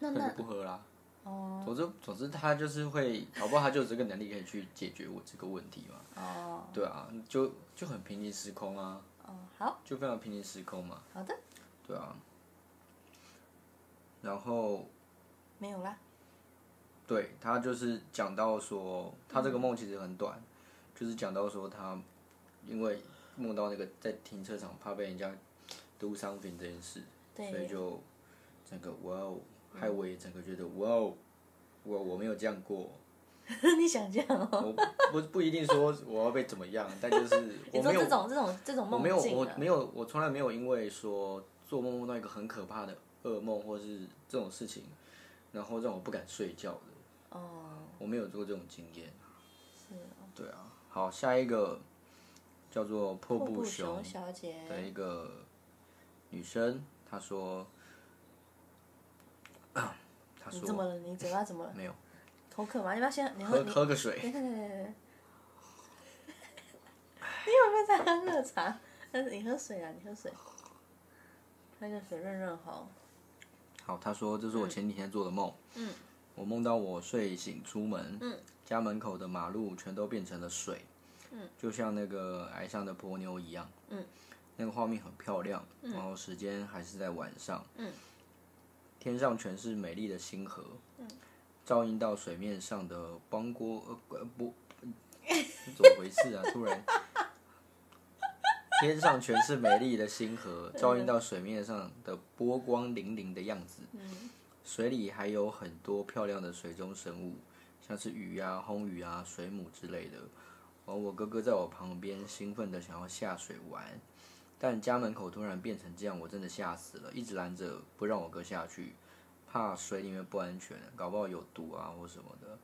B: 那
A: 可能
B: 那
A: 就不喝啦。
B: 哦
A: 总之，总之他就是会，搞不好他就有这个能力可以去解决我这个问题嘛。
B: 哦
A: 对啊，就就很平行时空啊，
B: 哦，好
A: 就非常平行时空嘛。
B: 好的，
A: 对啊，然后
B: 没有啦。
A: 对他就是讲到说，他这个梦其实很短，就是讲到说他因为梦到那个在停车场怕被人家 do something 这件事，
B: 对
A: 所以就整个哇哦，害我也整个觉得哇哦，我我没有这样过，
B: [laughs] 你想这样哦？
A: 我不不一定说我要被怎么样，但就是
B: [laughs] 你
A: 我
B: 做
A: 没有
B: 这种这种这种
A: 我
B: 梦
A: 没有，
B: 境
A: 我
B: 啊？
A: 没有，我从来没有因为说做梦梦到一个很可怕的噩梦或是这种事情，然后让我不敢睡觉的，
B: 哦，
A: 我没有做这种经验。
B: 是哦
A: 对啊，好，下一个叫做破布熊
B: 熊小姐。
A: 的一个女生，她说， [coughs] 她
B: 你怎么
A: 说
B: 了？你嘴巴怎么了？
A: 没有
B: 口渴吗？你不要先，
A: [laughs]
B: 你喝
A: 喝
B: 你
A: 喝个水，
B: 等一下等一下等一下，你有没有在喝热茶？但是你喝水啊，你喝水，喝个水润润喉。
A: 好，他说这是我前几天做的梦。
B: 嗯，
A: 我梦到我睡醒出门，
B: 嗯，
A: 家门口的马路全都变成了水，嗯，就像那个崖上的波妞一样，
B: 嗯，
A: 那个画面很漂亮，然后时间还是在晚上，
B: 嗯，
A: 天上全是美丽的星河，嗯，照映到水面上的光波呃呃波，呃 [laughs] 怎么回事啊？突然。天上全是美丽的星河，照映到水面上的波光粼粼的样子。水里还有很多漂亮的水中生物，像是鱼啊、红鱼啊、水母之类的。而我哥哥在我旁边兴奋的想要下水玩，但家门口突然变成这样，我真的吓死了，一直拦着不让我哥下去，怕水里面不安全，搞不好有毒啊或什么的。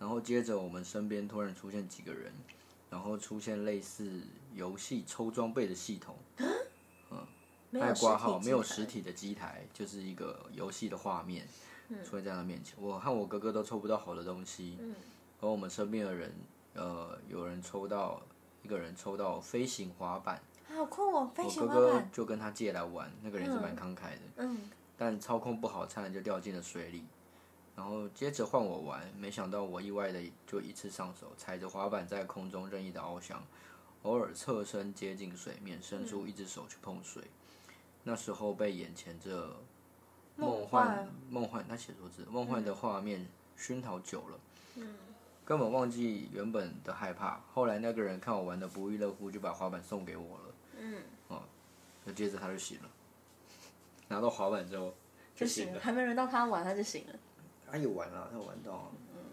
A: 然后接着我们身边突然出现几个人，然后出现类似游戏抽装备的系统，
B: 没
A: 还
B: 有
A: 有
B: 实
A: 挂号，
B: 体
A: 没有
B: 机台
A: 实。体的机台，就是一个游戏的画面出现在他面前。我和我哥哥都抽不到好的东西，
B: 嗯
A: 而我们身边的人，呃，有人抽到一个人抽到飞行滑板，
B: 啊好酷哦，飞
A: 我
B: 行
A: 哥
B: 滑
A: 哥
B: 板。
A: 就跟他借来玩，那个人也是蛮慷慨的，
B: 嗯，
A: 但操控不好，差点就掉进了水里。然后接着换我玩，没想到我意外的就一次上手，踩着滑板在空中任意的翱翔，偶尔侧身接近水面，伸
B: 嗯
A: 出一只手去碰水。那时候被眼前这梦
B: 梦
A: 幻
B: 幻嗯
A: 梦幻，他写错字，梦幻的画面熏陶久了，根本忘记原本的害怕。后来那个人看我玩的不亦乐乎，就把滑板送给我了。
B: 嗯，
A: 哦，那接着他就醒了，拿到滑板之后
B: 就
A: 醒
B: 行了，还没轮到他玩，他就行了。
A: 他有玩啊，他有玩到、啊，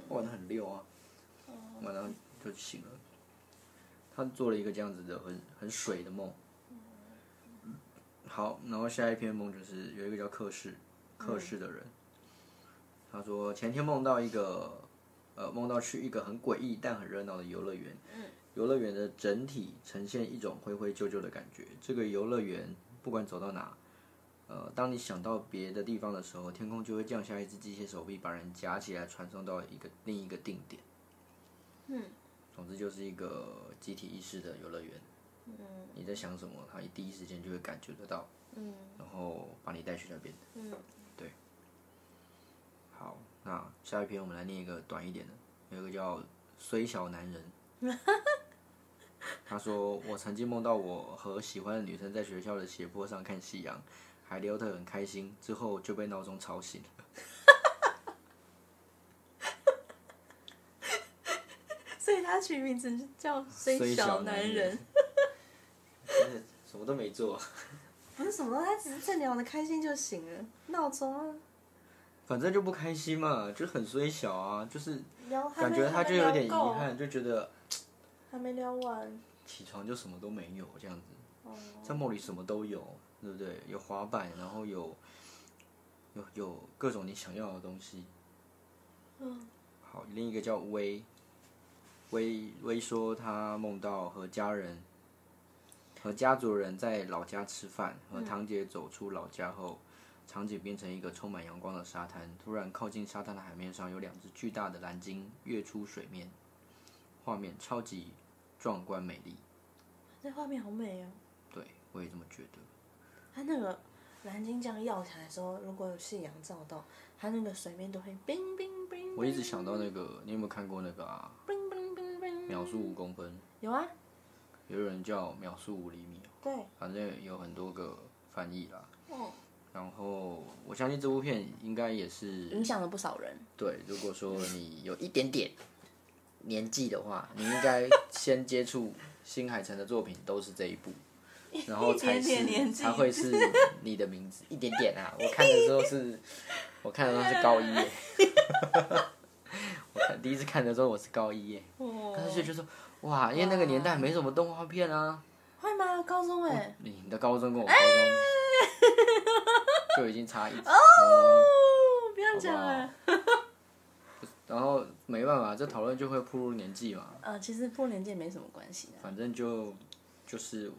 A: 玩的很溜啊，
B: 嗯
A: 玩到就醒了。他做了一个这样子的很很水的梦。
B: 嗯
A: 好，然后下一篇梦就是有一个叫克氏，克氏的人，
B: 嗯
A: 他说前天梦到一个，呃，梦到去一个很诡异但很热闹的游乐园，
B: 嗯
A: 游乐园的整体呈现一种灰灰旧旧的感觉。这个游乐园不管走到哪，呃，当你想到别的地方的时候，天空就会降下一只机械手臂，把人夹起来传送到一个另一个定点。嗯，总之就是一个集体意识的游乐园。嗯，你在想什么，他第一时间就会感觉得到，
B: 嗯
A: 然后把你带去那边。
B: 嗯，
A: 好，那下一篇我们来念一个短一点的，有一个叫“虽小男
B: [laughs]
A: 人”，他说：“我曾经梦到我和喜欢的女生在学校的斜坡上看夕阳，还聊得很开心，之后就被闹钟吵醒了。
B: 所以他取名字叫“虽
A: 虽
B: 小
A: 男
B: 男人”，
A: 真的什么都没做，”，
B: 不是什么，他只是正聊的开心就行了。闹钟啊，
A: 反正就不开心嘛，就很虽小啊，就是
B: 聊还
A: 感
B: 没
A: 觉他
B: 还
A: 就
B: 没
A: 有
B: 聊
A: 点遗
B: 够，
A: 憾，就觉得
B: 还没聊完。
A: 起床就什么都没有这样子。”
B: 哦，
A: 在梦里什么都有，对不对？有滑板，然后有有有各种你想要的东西。
B: 嗯
A: 好，另一个叫薇，薇薇说她梦到和家人和家族人在老家吃饭，
B: 嗯
A: 和堂姐走出老家后，场景变成一个充满阳光的沙滩。突然靠近沙滩的海面上有两只巨大的蓝鲸跃出水面，画面超级壮观美丽。
B: 这画面好美哦。
A: 对我也这么觉得。
B: 他那个，蓝鲸这样绕起来的时候，如果有夕阳照到，它那个水面都会冰冰冰。
A: 我一直想到那个，你有没有看过那个啊？
B: 冰冰冰冰。
A: 秒速五公分，
B: 有啊，
A: 有人叫秒速五厘米，哦
B: 对，
A: 反正有很多个翻译啦。
B: 嗯，
A: 然后我相信这部片应该也是
B: 影响了不少人。
A: 对，如果说你有一点点年纪的话，你应该先接触新海诚的作品，都是这一
B: [laughs]
A: 部，然后才是
B: 一点点年纪
A: 才会是你的名字。一点点啊，我看的时候
B: [laughs]
A: 是，我看的时候是高一耶， [laughs] 我看第一次看的时候我是高一耶，
B: 哦
A: 但是就说哇，因为那个年代没什么动画片啊，
B: 会吗？高中哎、
A: 你的高中跟我高
B: 啊
A: 中就已经
B: [laughs]
A: 差一哦
B: 哦，不要讲了。
A: 然后没办法，这讨论就会步入年纪嘛。
B: 呃，其实破年纪没什么关系的。
A: 反正就就是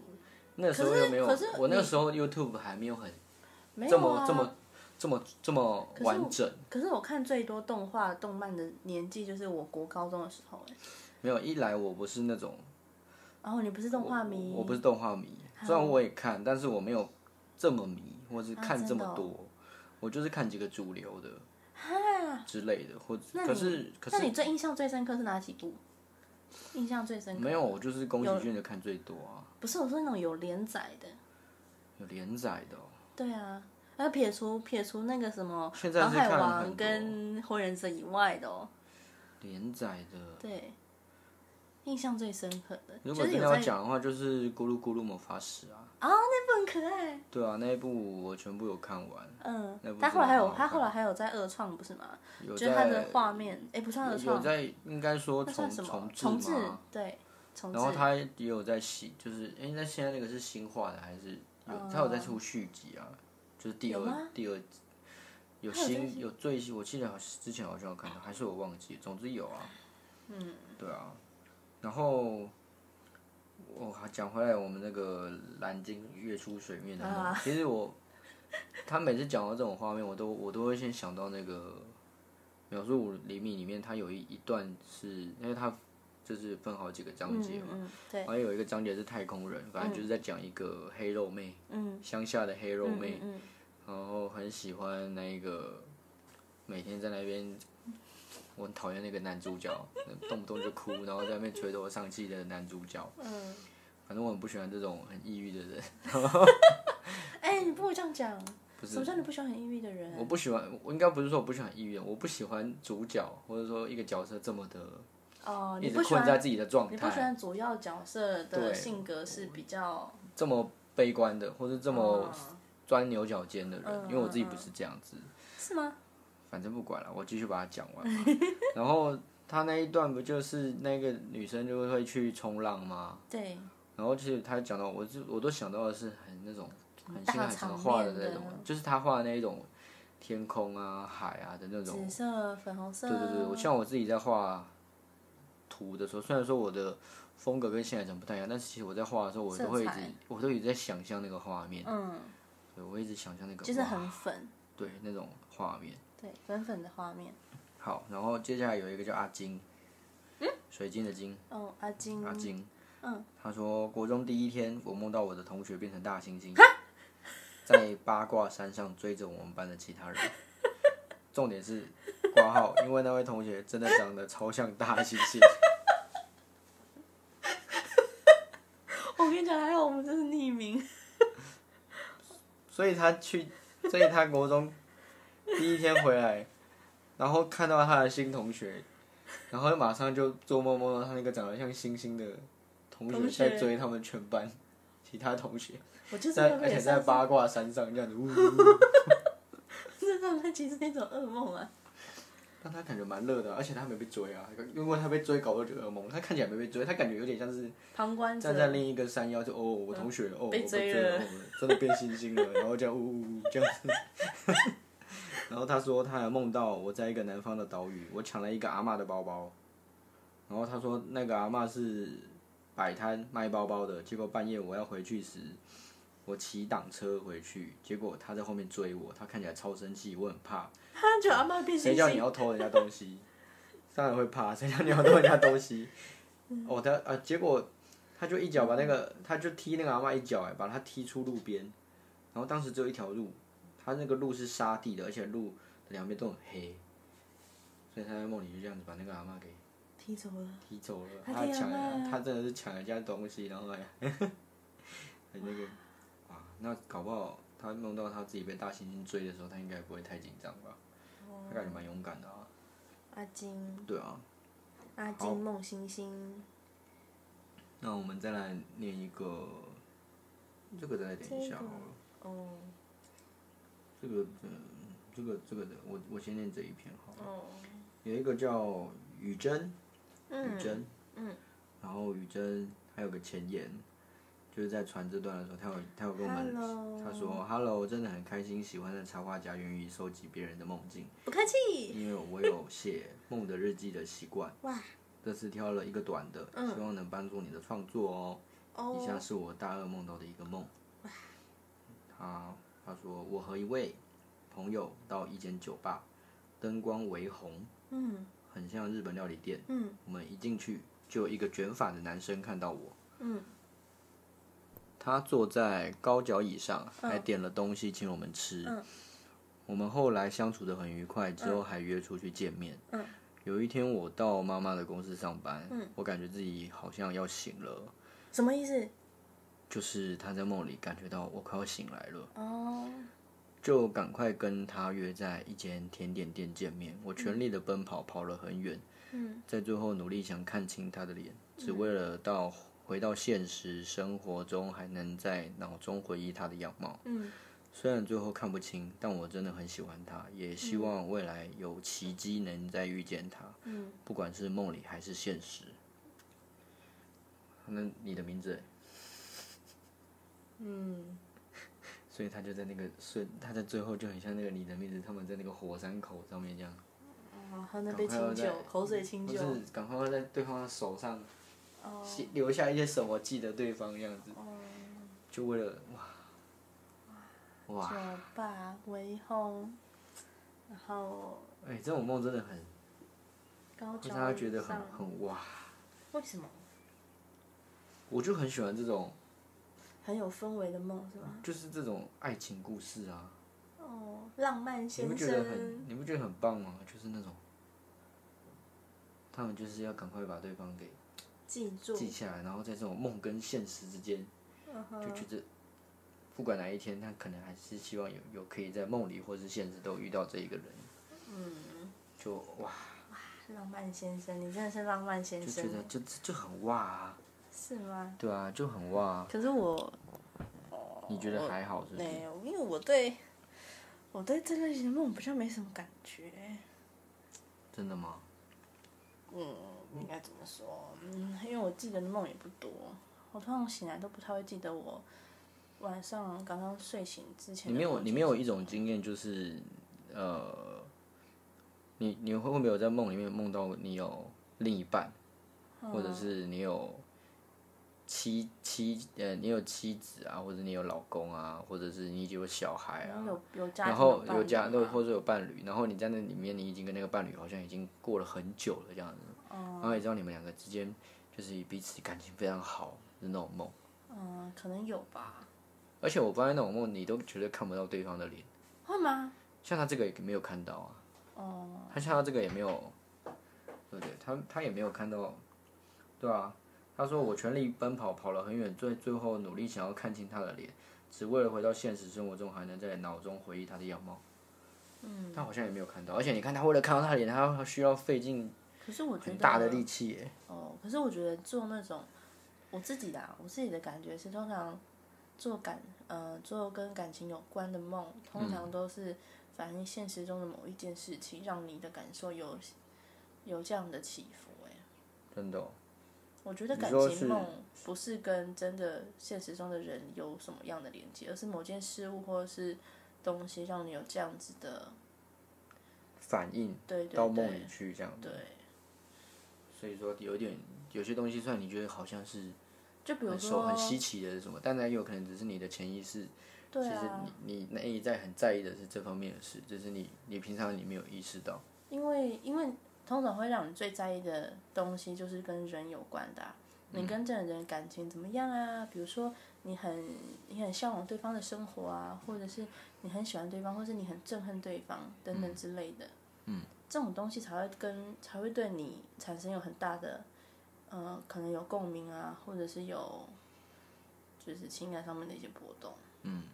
A: 那时候又没有
B: 可是，
A: 我那
B: 你
A: 时候 YouTube 还没有很
B: 没有
A: 这么、
B: 啊，
A: 这么这么这么
B: 是
A: 完整。
B: 可是我看最多动画、动漫的年纪就是我国高中的时候哎、
A: 没有，一来我不是那种
B: 然后你不是动画迷
A: 我不是动画迷，虽然我也看，但是我没有这么迷，或是
B: 啊
A: 看这
B: 真的
A: 么
B: 哦
A: 多。我就是看几个主流的
B: 哈？
A: 之类的，或
B: 啊那
A: 可
B: 你
A: 是可
B: 那你
A: 是
B: 最印象最深刻是哪几部？印象最深刻
A: 没有，我就是宫崎骏的看最多啊，
B: 不是我说那种有连载的，
A: 有连载的哦、
B: 对啊，那撇除撇除那个什么
A: 现
B: 《
A: 在是
B: 哦航海
A: 看
B: 王
A: 很》多
B: 跟《火影忍者》以外的哦，
A: 连载的。
B: 对，印象最深刻的
A: 如
B: 呃就
A: 果
B: 是
A: 真的
B: 有
A: 要
B: 在
A: 讲的话，就是《咕噜咕噜魔法使》啊，
B: 啊，那部很可爱，
A: 对啊，那一部我全部有看完，
B: 嗯
A: 那部，
B: 但后来还
A: 真
B: 有
A: 的很好
B: 他
A: 看
B: 后来还有在二创不是吗？
A: 有
B: 就是他
A: 在
B: 的画面，哎，不算二
A: 有
B: 创
A: 有，在应该说
B: 那
A: 重
B: 算什么？
A: 重
B: 重
A: 置
B: 置
A: 嘛，
B: 对，重置
A: 然后他也有在洗，就是哎，那现在那个是新画的还是有？他有在出续集啊，就是第
B: 哦有
A: 二
B: 吗
A: 第二有
B: 他有在
A: 新有最新，我记得好像之前好像有看到，还是我忘记，总之有啊，嗯，对啊，然后。我还讲回来，我们那个蓝鲸跃出水面的梦，
B: 啊
A: 其实我他每次讲到这种画面，我都我都会先想到那个秒速五厘米里面，它有一一段是，因为它就是分好几个章
B: 嗯
A: 节
B: 嗯
A: 嘛，
B: 嗯，对
A: 然，后有一个章节是太空人，反正就是在讲一个黑肉妹，
B: 嗯，
A: 乡下的黑肉
B: 嗯
A: 妹，
B: 嗯
A: 然后很喜欢那一个每天在那边，我很讨厌那个男主角，动不动就哭，然后在那边垂头丧气的男主角，
B: 嗯嗯，
A: 反正我很不喜欢这种很抑郁的人，
B: 哎，你不如这样讲，
A: 不是
B: 什么叫你不喜欢很抑郁的人？
A: 我不喜欢，我应该不是说我不喜欢抑郁，我不喜欢主角或者说一个角色这么的
B: 哦，
A: 一
B: 你
A: 直
B: 不喜
A: 困
B: 欢
A: 在自己的状
B: 你不喜
A: 态，
B: 欢主要角色
A: 对
B: 的性格是比较
A: 这么悲观的，或是这么
B: 哦
A: 钻牛角尖的人，
B: 嗯
A: 因为我自己不是这样子。
B: 是吗？
A: 反正不管了，我继续把它讲完吧。然后他那一段不就是那个女生就会去冲浪吗？
B: 对，
A: 然后其实他讲到，我就我都想到的是很那种很
B: 大
A: 新海诚
B: 场
A: 画的
B: 面
A: 那
B: 的
A: 种，就是他画的那一种天空啊、海啊的那种
B: 紫色、粉红色，
A: 对对对，我像我自己在画图的时候，虽然说我的风格跟现在人不太一样，但是其实我在画的时候，我都会一
B: 色
A: 直
B: 彩，
A: 我都一直在想象那个画面，
B: 嗯，
A: 对，我一直想象那个，
B: 就是
A: 哇
B: 很粉，
A: 对那种画面。
B: 对，粉粉的画面。
A: 好，然后接下来有一个叫阿金，水晶的晶，
B: 哦，阿金，
A: 阿金，
B: 嗯，
A: 他说国中第一天，我梦到我的同学变成大猩猩，在八卦山上追着我们班的其他人。重点是挂号，因为那位同学真的长得超像大猩猩。
B: 我跟你讲，还好我们这是匿名，
A: 所以他去，所以他国中第一天回来，然后看到他的新同学，然后马上就做梦梦到他那个长得像星星的同
B: 同
A: 学
B: 学
A: 在追他们全班其他同学，
B: 我就是
A: 在
B: 会不
A: 而
B: 会
A: 且
B: 也
A: 在
B: 算是，
A: 八卦山上这样子，呜呜呜
B: 这算不算其实那种噩梦啊？
A: 但他感觉蛮热的啊，而且他没被追啊，因为他被追搞到这个噩梦，他看起来没被追，他感觉有点像是
B: 旁观
A: 站在
B: 者，
A: 另一个山腰，就哦，我同学哦，我
B: 嗯被
A: 被
B: 追
A: 追
B: 了
A: 哦，真的变星星
B: [laughs]
A: 了，然后这样呜呜呜这样子。 [laughs] 然后他说他还梦到我在一个南方的岛屿，我抢了一个阿嬷的包包，然后他说那个阿嬷是摆摊卖包包的，结果半夜我要回去时，我骑挡车回去，结果他在后面追我，他看起来超生气，我很怕，
B: 他就阿妈变
A: 谁
B: 星
A: 叫你
B: 星，
A: 要偷人家东西？ [laughs] 当然会怕，谁叫你要偷人家东
B: [laughs]
A: 西？哦，他啊，结果他就一脚把那个，他就踢那个阿妈一脚，哎，把他踢出路边，然后当时只有一条路，它那个路是沙地的，而且路两边都很黑，所以他在梦里就这样子把那个阿嬷给
B: 踢走了，
A: 踢走了。
B: 他
A: 他
B: 踢阿
A: 抢
B: 嬷
A: 了，他真的是抢人家东西，然后还 [laughs] 还那个啊，那搞不好他梦到他自己被大猩猩追的时候，他应该也不会太紧张吧？他感觉蛮勇敢的啊。
B: 阿金，
A: 对啊，
B: 阿金梦星星，
A: 那我们再来念一个，这个再来点一下好了。
B: 哦
A: 这个，嗯，这个这个的，我我先念这一篇好了。
B: 哦，
A: 有一个叫雨珍，雨
B: 嗯
A: 珍，嗯，然后雨珍还有个前言，就是在传这段的时候，他有他有跟我们
B: Hello
A: 他说，Hello，真的很开心，喜欢的插画家愿意收集别人的梦境，
B: 不客气，
A: 因为我有写梦的日记的习惯，
B: 哇嗯
A: 这次挑了一个短的，希望能帮助你的创作哦。以下
B: 哦，
A: 是我大噩梦到的一个梦。他他说我和一位朋友到一间酒吧，灯光微红，
B: 嗯
A: 很像日本料理店。
B: 嗯
A: 我们一进去，就有一个卷发的男生看到我，
B: 嗯，
A: 他坐在高脚椅上，还点了东西请我们吃。
B: 嗯
A: 我们后来相处的很愉快，之后还约出去见面。
B: 嗯
A: 有一天我到妈妈的公司上班，我感觉自己好像要醒了。
B: 什么意思？
A: 就是他在梦里感觉到我快要醒来了，
B: 哦，
A: 就赶快跟他约在一间甜点店见面。我全力的奔跑，跑了很远，
B: 嗯
A: 在最后努力想看清他的脸，只为了到回到现实生活中还能在脑中回忆他的样貌。
B: 嗯
A: 虽然最后看不清，但我真的很喜欢他，也希望未来有奇迹能再遇见他，
B: 嗯，
A: 不管是梦里还是现实。那你的名字欸？
B: 嗯，
A: 所以他就在那个瞬，他在最后就很像那个你的名字，他们在那个火山口上面这样，
B: 哦，喝那杯清
A: 赶快
B: 酒
A: 要，在
B: 口水清
A: 不
B: 酒，
A: 是赶快在对方的手上
B: 哦
A: 写留下一些什么记得对方这样子，
B: 哦，
A: 就为了哇哇，
B: 酒吧微红，然后
A: 哎、这种梦真的很
B: 高
A: 会
B: 脚椅上，
A: 让他觉得很很哇，
B: 为什么
A: 我就很喜欢这种，
B: 很有氛围的梦是吗？
A: 就是这种爱情故事啊，
B: 哦，浪漫
A: 你不
B: 先
A: 觉得很
B: 生，
A: 你不觉得很棒吗？就是那种，他们就是要赶快把对方给
B: 记住，
A: 记下来，然后在这种梦跟现实之间。
B: 嗯
A: 就
B: 哼，
A: 觉得不管哪一天，他可能还是希望有有可以在梦里或是现实都遇到这一个人，
B: 嗯，
A: 就哇，
B: 浪漫先生，你真的是浪漫先
A: 就觉得
B: 生，
A: 就就很哇、啊，
B: 是吗？
A: 对啊，就很哇、啊。
B: 可是我
A: 你觉得还好是不
B: 哦没
A: 是？
B: 有，因为我对我对这类型的梦比较没什么感觉。
A: 真的吗？
B: 嗯，应该怎么说？嗯，因为我记得的梦也不多，我通常醒来都不太会记得我晚上刚刚睡醒之前
A: 你
B: 的梦境。
A: 没有，你没有一种经验就是，呃，你你会不会有在梦里面梦到你有另一半，或
B: 嗯
A: 者是你有妻妻呃，你有妻子啊，或者你有老公啊，或者是你已经有小孩啊，
B: 有有嗯家庭
A: 然后
B: 的伴
A: 有家，
B: 侣
A: 那
B: 吗
A: 或者有伴侣，然后你在那里面，你已经跟那个伴侣好像已经过了很久了这样子，
B: 哦
A: 然后也知道你们两个之间就是彼此感情非常好的那种梦，
B: 嗯，可能有吧？
A: 而且我发现那种梦你都绝对看不到对方的脸，
B: 会吗？
A: 像他这个也没有看到啊，
B: 哦、
A: 他像他这个也没有，对不对？他他也没有看到，对啊，他说我全力奔跑，跑了很远，最最后努力想要看清他的脸，只为了回到现实生活中，还能在脑中回忆他的样貌。
B: 嗯，
A: 他好像也没有看到，而且你看他为了看到他的脸，他需要费尽
B: 可是我觉得
A: 很大的力气耶。
B: 哦，可是我觉得做那种我自己的啊、我自己的感觉是，通常做感呃做跟感情有关的梦，通常都是反映现实中的某一件事情，让你的感受有有这样的起伏、欸。
A: 真的哦、
B: 我觉得
A: 你
B: 感
A: 说
B: 情
A: 是
B: 梦不是跟真的现实中的人有什么样的连接，而是某件事物或者是东西让你有这样子的
A: 反应
B: 对对
A: 到
B: 对
A: 梦里去这样子。
B: 对。
A: 所以说有一点有些东西，虽然你觉得好像是
B: 就比如
A: 很熟、
B: 说
A: 很，稀奇的什么，但也有可能只是你的潜意识，
B: 对
A: 其实
B: 啊，
A: 你你内在很在意的是这方面的事，就是你你平常你没有意识到。
B: 因为因为通常会让你最在意的东西就是跟人有关的啊、你跟这个人感情怎么样啊？比如说你很你很向往对方的生活啊，或者是你很喜欢对方，或是你很憎恨对方等等之类的。嗯，这种东西才会跟才会对你产生有很大的，呃，可能有共鸣啊，或者是有就是情感上面的一些波动。
A: 嗯，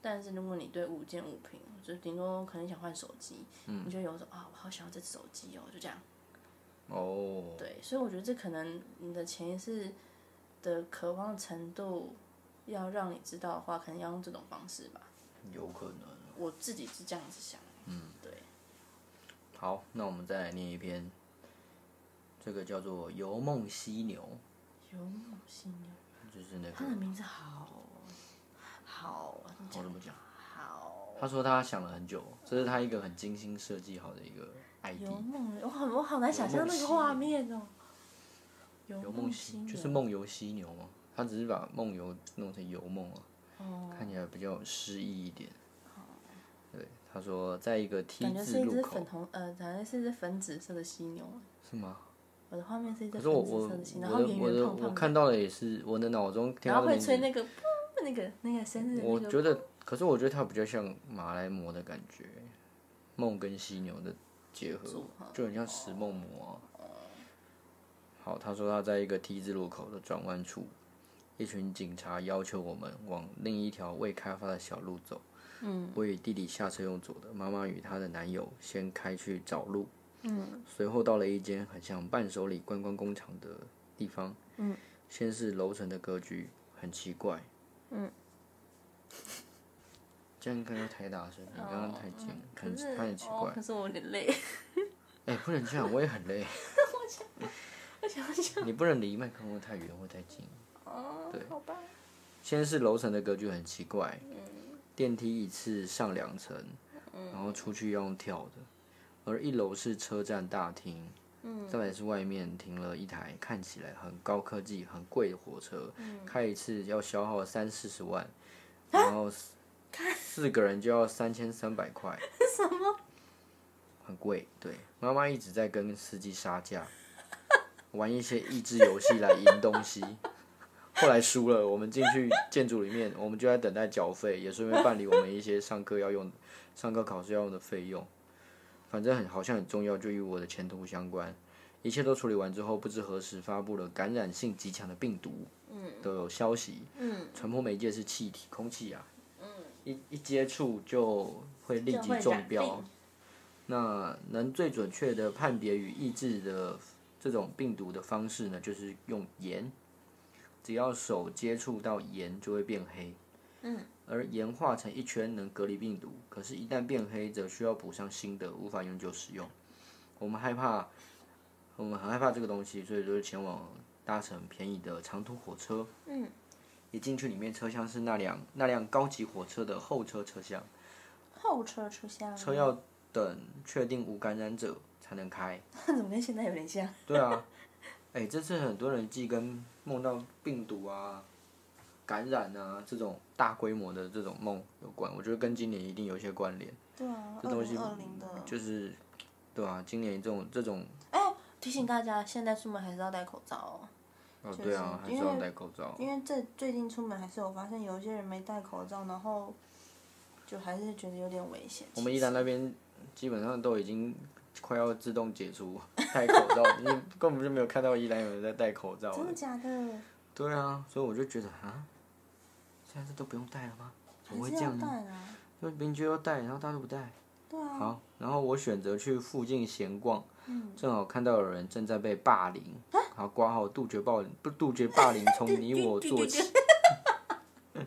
B: 但是如果你对物件物品，就顶多可能想换手机，你就有种啊，我好想要这只手机哦，就这样。
A: 哦，
B: 对，所以我觉得这可能你的潜意识的渴望程度，要让你知道的话，可能要用这种方式吧。
A: 有可能。
B: 我自己是这样子想。嗯，对。
A: 好，那我们再来念一篇，这个叫做《游梦犀牛
B: 游牧犀牛，》，
A: 就是那
B: 哦它
A: 个哦
B: 的名字好好，我
A: 我怎么讲？
B: 好。
A: 他说他想了很久，这是他一个很精心设计好的一个 ID。
B: 游梦，我好我好难想象那个画面哦。游
A: 游梦
B: 犀
A: 犀
B: 牛
A: 就是梦游犀牛嘛，他只是把梦游弄成游梦啊，
B: 哦，
A: 看起来比较有诗意一点。对，他说在一个 T
B: 感觉是
A: 字
B: 一
A: 路
B: 只
A: 口，
B: 粉红呃，感觉是一只粉紫色的犀牛。
A: 是吗？
B: 我的画面是一
A: 可
B: 只粉
A: 是我
B: 紫
A: 我
B: 色的犀牛，然
A: 我
B: 后
A: 的
B: 圆
A: 我
B: 圆
A: 的
B: 胖
A: 我
B: 胖的。
A: 看到的也是我的脑中听
B: 然
A: 到
B: 后
A: 的
B: 会
A: 名
B: 吹
A: 字，
B: 那个砰那个那个生日
A: 我
B: 那个，
A: 觉得，可是我觉得它比较像马来貘的感觉，梦跟犀牛的结合
B: 组合，哦
A: 就很像食梦魔、啊。好，他说他在一个 T 字路口的转弯处，一群警察要求我们往另一条未开发的小路走。
B: 嗯，
A: 我与弟弟下车用走的，妈妈与她的男友先开去找路。
B: 嗯
A: 随后到了一间很像伴手礼观光工厂的地方。
B: 嗯，
A: 先是楼层的格局很奇怪。
B: 嗯，
A: 这样刚刚太大声，你刚刚太近了，
B: 可
A: 很
B: 是
A: 它很奇
B: 哦
A: 怪。
B: 可是我有点累，
A: 哎、不能这样，我也很累。
B: [laughs] 我想想
A: 你不能离麦克风太远或太近。
B: 哦
A: 对，
B: 好吧，
A: 先是楼层的格局很奇怪，电梯一次上两层，然后出去要用跳的，而一楼是车站大厅，再来是外面停了一台看起来很高科技、很贵的火车，开一次要消耗三四十万，然后四四个人就要三千三百块，
B: [laughs] 什么？
A: 很贵。对，妈妈一直在跟司机杀价，玩一些益智游戏来赢东西。后来输了，我们进去建筑里面，我们就在等待缴费，也顺便办理我们一些上课要用、上课考试要用的费用。反正很好像很重要，就与我的前途相关。一切都处理完之后，不知何时发布了感染性极强的病毒的消息。
B: 嗯，
A: 传播媒介是气体、空气啊，一一接触就会立
B: 就
A: 即
B: 会
A: 中
B: 染
A: 标
B: 病。
A: 那能最准确的判别与抑制的这种病毒的方式呢，就是用盐。只要手接触到盐，就会变黑。
B: 嗯，
A: 而盐化成一圈能隔离病毒，可是，一旦变黑，则需要补上新的，无法永久使用。我们害怕，我们很害怕这个东西，所以就是前往搭乘便宜的长途火车。
B: 嗯，
A: 一进去里面车厢是那辆那辆高级火车的候车车厢，
B: 后车出箱，
A: 车要等确定无感染者才能开。
B: [laughs] 怎么跟现在有点像？
A: 对啊， [laughs] 哎、这次很多人既跟梦到病毒啊、感染啊这种大规模的这种梦有关，我觉得跟今年一定有一些关联。
B: [laughs] 对啊，
A: 这东西嗯
B: 零的
A: 就是，对啊，今年这种这种，
B: 哎提醒大家，现在出门还是要戴口罩哦，
A: 哦，
B: 确
A: 对啊，
B: 实
A: 还是
B: 因为
A: 要戴口罩。
B: 因为这最近出门还是有发现有一些人没戴口罩，然后就还是觉得有点危险。
A: 我们宜兰那边基本上都已经快要自动解除戴口罩， [laughs] 你根本就没有看到宜兰有人在戴口罩
B: 真
A: 的
B: 的。假的？
A: 对啊，所以我就觉得啊，现在这都不用戴了吗？怎么
B: 还
A: 会
B: 是
A: 这
B: 要
A: 样呢？
B: 戴啊？
A: 就邻居要戴，然后大家都不戴。
B: 对啊，
A: 好，然后我选择去附近闲逛，
B: 嗯啊
A: 正好看到有人正在被霸凌，然后挂号杜绝暴不杜绝霸凌，从
B: [laughs]
A: 你我做起。 [laughs]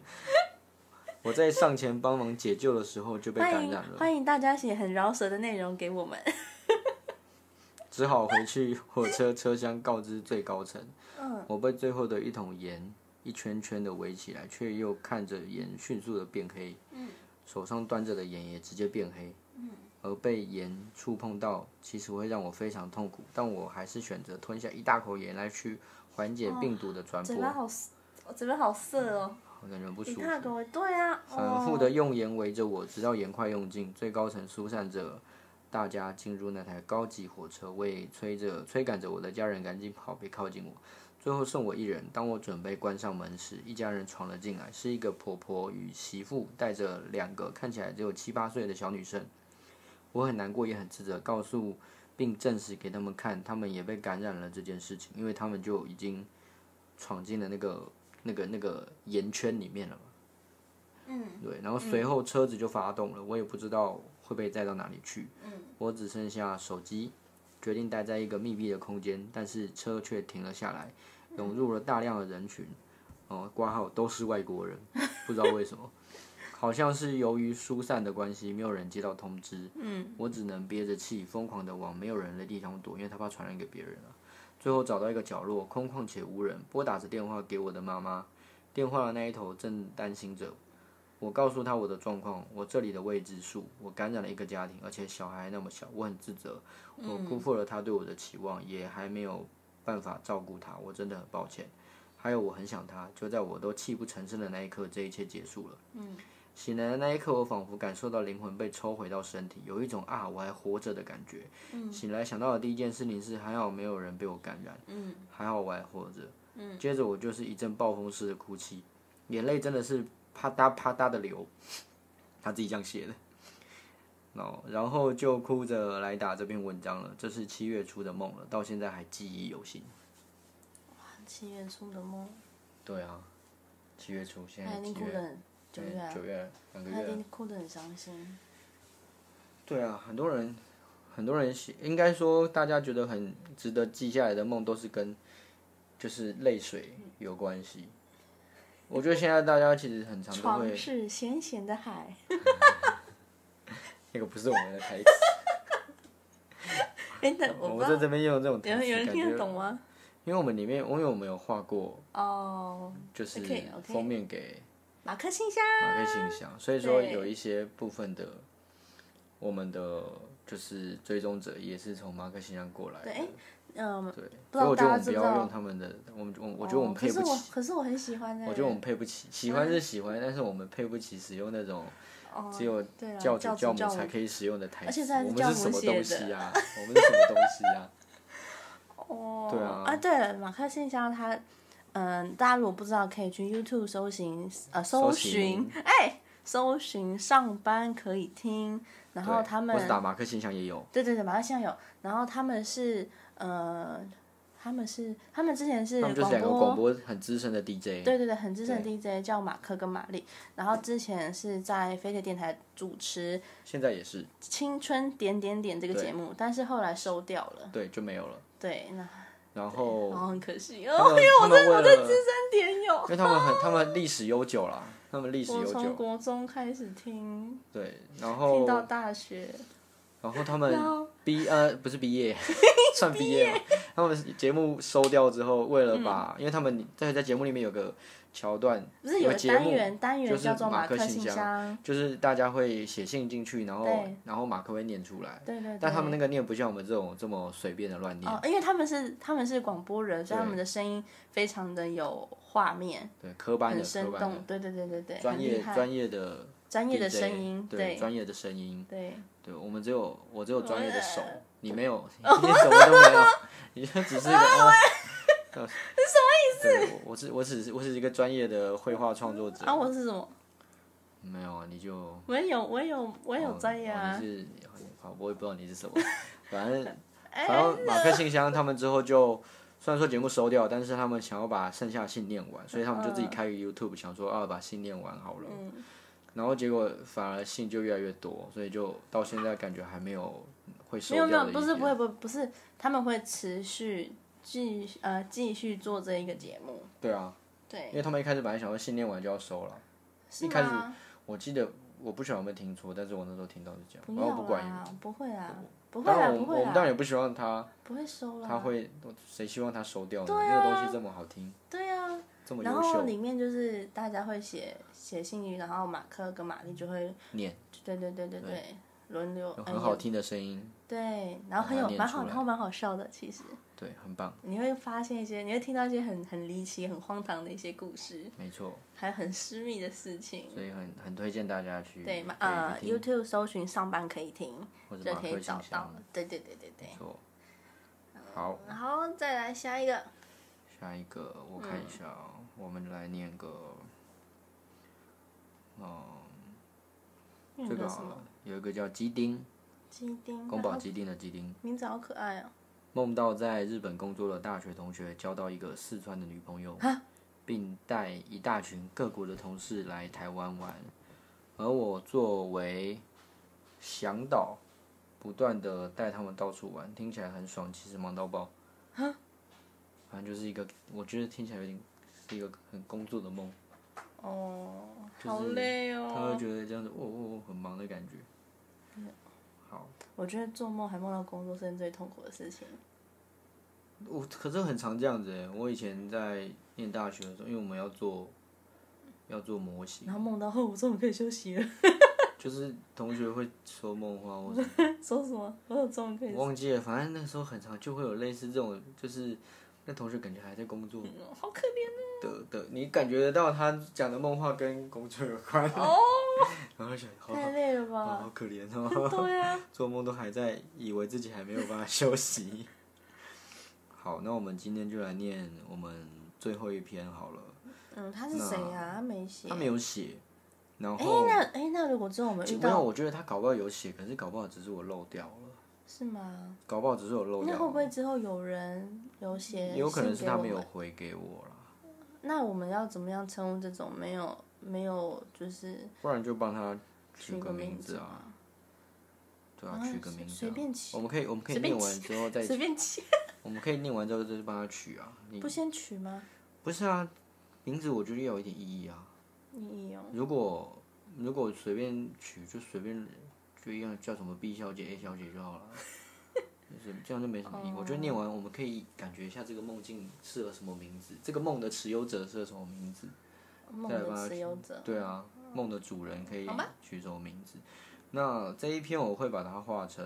A: 我在上前帮忙解救的时候就被
B: 欢
A: 感
B: 迎
A: 染了，
B: 欢迎大家写很饶舌的内容给我们。
A: 只好回去火车车厢告知最高层。
B: 嗯，
A: 我被最后的一桶盐一圈圈的围起来，却又看着盐迅速的变黑。
B: 嗯
A: 手上端着的盐也直接变黑。而被盐触碰到，其实会让我非常痛苦，但我还是选择吞下一大口盐来去缓
B: 哦
A: 解病毒的传播
B: 嘴，巴好涩，我嘴巴好涩哦。
A: 我感觉不
B: 你
A: 舒服。
B: 看我，对啊，
A: 反
B: 哦
A: 复的用盐围着我，直到盐快用尽。最高层疏散者大家进入那台高级火车，我也催着催赶着我的家人赶紧跑，别靠近我。最后剩我一人。当我准备关上门时，一家人闯了进来，是一个婆婆与媳妇，带着两个看起来只有七八岁的小女生。我很难过，也很自责，告诉并证实给他们看，他们也被感染了这件事情，因为他们就已经闯进了那个那个那个盐圈里面了嘛。嗯，对。然后随后车子就发动了，我也不知道会被载到哪里去。嗯，我只剩下手机，决定待在一个密闭的空间，但是车却停了下来，涌入了大量的人群。哦，挂号都是外国人，不知道为什么。 [laughs] 好像是由于疏散的关系，没有人接到通知。嗯，我只能憋着气，疯狂的往没有人的地方躲，因为他怕传染给别人啊。最后找到一个角落，空旷且无人，拨打着电话给我的妈妈。电话的那一头正担心着我，告诉她我的状况，我这里的未知数，我感染了一个家庭，而且小孩那么小，我很自责，我辜负了她对我的期望，也还没有办法照顾她，我真的很抱歉。还有我很想她，就在我都泣不成声的那一刻，这一切结束了。醒来的那一刻，我仿佛感受到灵魂被抽回到身体，有一种啊我还活着的感觉。醒来想到的第一件事情是，还好没有人被我感染，
B: 嗯
A: 还好我还活着。接着我就是一阵暴风似的哭泣，眼泪真的是啪嗒啪嗒的流，他自己这样写的。然后，然后就哭着来打这篇文章了。这是七月初的梦了，到现在还记忆犹新。
B: 七月初的梦，哎
A: 对啊，七月初，现
B: 他
A: 在哎
B: 一定
A: 七
B: 哭
A: 月哎
B: 得很，九月啊，
A: 九月两个月
B: 他一
A: 了。
B: 定哭得很伤心。
A: 对啊，很多人，很多人喜应该说，大家觉得很值得记下来的梦，都是跟就是泪水有关系。我觉得现在大家其实很常都
B: 床
A: 会，
B: 是咸咸的海，
A: 那个不是我们的台词，
B: [laughs] 哎，那我
A: [laughs] 我
B: 不
A: 们
B: 知
A: 在
B: 道
A: 这边用这种
B: 有
A: 台
B: 人
A: 词，
B: 有人
A: 感
B: 听
A: 觉
B: 得，懂吗？
A: 因为我们里面，因为我们有画过，
B: 哦，
A: 就是
B: 可以，OK
A: 封面给
B: 马克信箱，
A: 马克信箱，所以说
B: 对
A: 有一些部分的我们的就是追踪者也是从马克信箱过来的，
B: 对哎嗯，
A: 对，
B: 不知
A: 所以
B: 道
A: 我觉得我
B: 大家
A: 们不
B: 知不知
A: 要用
B: 道？
A: 他们的，我们嗯我我觉得我们
B: 哦可
A: 配
B: 是
A: 不
B: 我
A: 起，
B: 可是我很喜欢的，
A: 哦我觉得我们配不起，喜欢是喜欢，但是我们配不起使用那种
B: 哦
A: 只有
B: 对啊
A: 教
B: 教
A: 主
B: 主
A: 教母
B: 教母
A: 才可以使用的台
B: 而且
A: 词
B: 这还。是
A: 我
B: 教
A: 们
B: 母
A: 是什么
B: 写
A: 东
B: 的
A: 西
B: [laughs]
A: 啊？我们是什么东西啊？
B: 哦，
A: 对啊
B: 对了，马克信箱它，嗯、大家如果不知道，可以去 YouTube 搜寻，呃，搜寻
A: 寻，
B: 哎，搜寻上班可以听，然
A: 对
B: 后他
A: 或是
B: 们，
A: 打马克信箱也有，
B: 对对对，马克信箱有，然后他们是，呃，他们是，他们之前是
A: 他们就是
B: 广
A: 两个广
B: 播。
A: 播很资深的 DJ。
B: 对对对，很资深的 DJ 叫马克跟玛丽，然后之前是在飞碟电台主持《
A: 现在也是，
B: 青春点点点》这个节目，但是后来收掉了。
A: 对，就没有了。
B: 对，那
A: 然后
B: 然后很可惜
A: 嗯他
B: 哦，
A: 们他们为了，
B: 三点有。
A: 因为他们很他们历史悠久啦，他 [laughs] 们历史
B: 我
A: 悠
B: 从
A: 久，
B: 国中开始听，
A: 对，然
B: 听
A: 后
B: 到大学，
A: 然后他们
B: 然后
A: 毕呃不是毕
B: [laughs]
A: 业，算毕业了。他们节目收掉之后，为
B: 嗯
A: 了把，因为他们在在节目里面有个桥段，
B: 不是
A: 嗯有
B: 有
A: 个
B: 个
A: 节
B: 单
A: 目，
B: 元，单元
A: 就是
B: 叫做
A: 马
B: 克
A: 克信
B: 箱，
A: 就是大家会写信进去，然后
B: 啊对
A: 然后马克会念出来。
B: 对对对。
A: 但他们那个念不像我们这种这么随便的乱念，
B: 哦，因为他们是他们是广播人，所以
A: 对
B: 他们的声音非常的有画面，
A: 对，科班的
B: 很
A: 科
B: 生
A: 班
B: 动
A: 的，，
B: 对对对对对，
A: 专
B: 很厉
A: 业
B: 害，
A: 专业的
B: 专业的
A: DJ
B: 声音，
A: 对，
B: 对
A: 专业的声音，
B: 对，
A: 对我们只有我只有专业的手
B: 我，
A: 你没 [laughs] 有，你什么都没有，你就只是一个。 [laughs] 啊呃对什么意思？我我只我只是我只是一个专业的绘画创作者
B: 啊，。我是什么？
A: 没有啊，你就
B: 我也有，我也有，我也有专业
A: 哦
B: 啊
A: 你，是好，我也不知道你是
B: [laughs]
A: 什么，反正
B: 哎
A: 反正马克信箱他们之后就虽然说节目收掉，但是他们想要把剩下的信念完，所以他们就自己开个 YouTube 想说啊把信念完好了，
B: 嗯
A: 然后结果反而信就越来越多，所以就到现在感觉还没有哦会收
B: 没
A: 掉
B: 有
A: 的
B: 没有，
A: 一
B: 不是
A: 天
B: 不会不会不是，他们会持续继续呃继续做这一个节目，
A: 对啊，
B: 对，
A: 因为他们一开始本来想说信念完就要收了，
B: 是
A: 一开始
B: 吗？
A: 我记得我不晓得有没有听错，但是我那时候听到是这样，
B: 不
A: 然后
B: 要
A: 哦不管，
B: 啦，不会啦，不会
A: 当
B: 啦，
A: 然我们
B: 不
A: 我
B: 会
A: 们当然
B: 啦，
A: 也不希望他
B: 不会收
A: 他
B: 啦。
A: 会，谁希望他收掉呢？
B: 对
A: 那个
B: 啊
A: 东西这么好听，
B: 对啊，
A: 这么
B: 然
A: 优
B: 后
A: 秀，
B: 里面就是大家会写写信语，然后马克跟玛丽就会
A: 念
B: 对对对对对轮流
A: 有
B: 哎
A: 很好听的声音，
B: 对，然后很
A: 把它
B: 有
A: 念
B: 蛮
A: 出
B: 好，
A: 来
B: 然后蛮好笑的其实，
A: 对，很棒，
B: 你会发现一些，你会听到一些很很离奇、很荒唐的一些故事，
A: 没错，
B: 还有很私密的事情。
A: 所以很很推荐大家去
B: 对嘛？
A: 可以
B: 呃
A: 去听
B: ，YouTube 搜寻上班可以听，
A: 或者
B: 就
A: 马克
B: 可以
A: 信
B: 找到
A: 箱，。
B: 对对对对对
A: 没。错，好，
B: 然后再来下一个，
A: 下一个我看一下、哦，
B: 嗯
A: 我们来念个，嗯，
B: 那
A: 这个
B: 个
A: 好
B: 什么
A: 了，有一个叫鸡丁，
B: 鸡丁，
A: 宫
B: 然
A: 保
B: 后
A: 鸡丁的鸡丁。
B: 名字好可爱哦。
A: 梦到在日本工作的大学同学交到一个四川的女朋友，并带一大群各国的同事来台湾玩，而我作为向导，不断的带他们到处玩，听起来很爽，其实忙到爆。反正就是一个，我觉得听起来有点是一个很工作的梦，
B: 哦，
A: 就是
B: 好累
A: 他会
B: 哦。
A: 觉得这样子，哦哦哦，很忙的感觉。好，
B: 我觉得做梦还梦到工作是最痛苦的事情。
A: 我可是很常这样子欸。我以前在念大学的时候，因为我们要做要做模型，
B: 然后梦到，哦，我终于可以休息了。 [laughs]
A: 就是同学会说梦话或者
B: 说什么？我
A: [laughs]
B: 终于可以
A: 我忘记了，反正那时候很常就会有类似这种，就是那同学感觉还在工作
B: 嗯好可怜
A: 的的，你感觉得到他讲的梦话跟工作有关，
B: 哦，
A: [laughs] 然后想好
B: 太累了
A: 好
B: 吧？
A: 好可怜哦，
B: [laughs] 对啊，
A: [laughs] 做梦都还在以为自己还没有办法休息。 [laughs] 好，那我们今天就来念我们最后一篇好了，
B: 嗯，他是谁呀？他没写。
A: 他没有写，然
B: 哎，
A: 后。
B: 那哎，那如果之后我们遇
A: 没有，
B: 到
A: 我觉得他搞不好有写，可是搞不好只是我漏掉了，
B: 是吗？
A: 搞不好只是我漏
B: 那
A: 掉
B: 会不
A: 了，
B: 会之后有人有写
A: 也有可能
B: 信
A: 是
B: 给
A: 他
B: 我
A: 没有
B: 们
A: 回给我啦，
B: 那我们要怎么样称呼这种没有没有就是
A: 不然就帮他取
B: 取
A: 个
B: 个
A: 名
B: 字
A: 字啊，
B: 吗？
A: 对啊，
B: 啊
A: 取个
B: 随
A: 名字
B: 随
A: 啊
B: 便起
A: 我们可以我们可以
B: 随便
A: 念完之后再，
B: 随便起，
A: 我们可以念完之后再去帮他取啊，你
B: 不先取吗？
A: 不是啊，名字我觉得要有一点意义啊，
B: 你有
A: 如果如果随便取就随便就一样叫什么 B 小姐 A 小姐就好了。就是这样就没什么意义。我觉得念完，我们可以感觉一下这个梦境适合什么名字，这个梦的持有者适合什么名字。
B: 梦
A: 再来帮他
B: 的持
A: 取
B: 有者，
A: 对啊，梦的主人可以取什么名字？那这一篇我会把它画成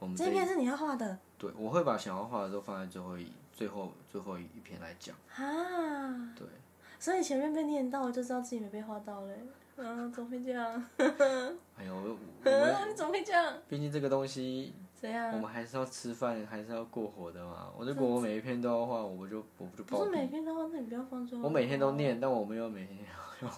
A: 我们这
B: 这
A: 一
B: 篇是你要画的
A: 对，我会把想要画的都放在最后一最后最后一篇来讲。
B: 啊？
A: 对，
B: 所以前面被念到，我就知道自己没被画到嘞。嗯，怎么会这样？
A: 哎呦，我我
B: [laughs] 嗯，你怎么会这样？
A: 毕竟这个东
B: [laughs]
A: 西
B: 怎
A: 我
B: 样？
A: 们还是要吃饭，还是要过活的嘛。我如果我每一篇都要画，我不就我不就暴
B: 不是每
A: 毙？
B: 篇都画，那你不要放最后。
A: 我每天都。念，但我没有每天要，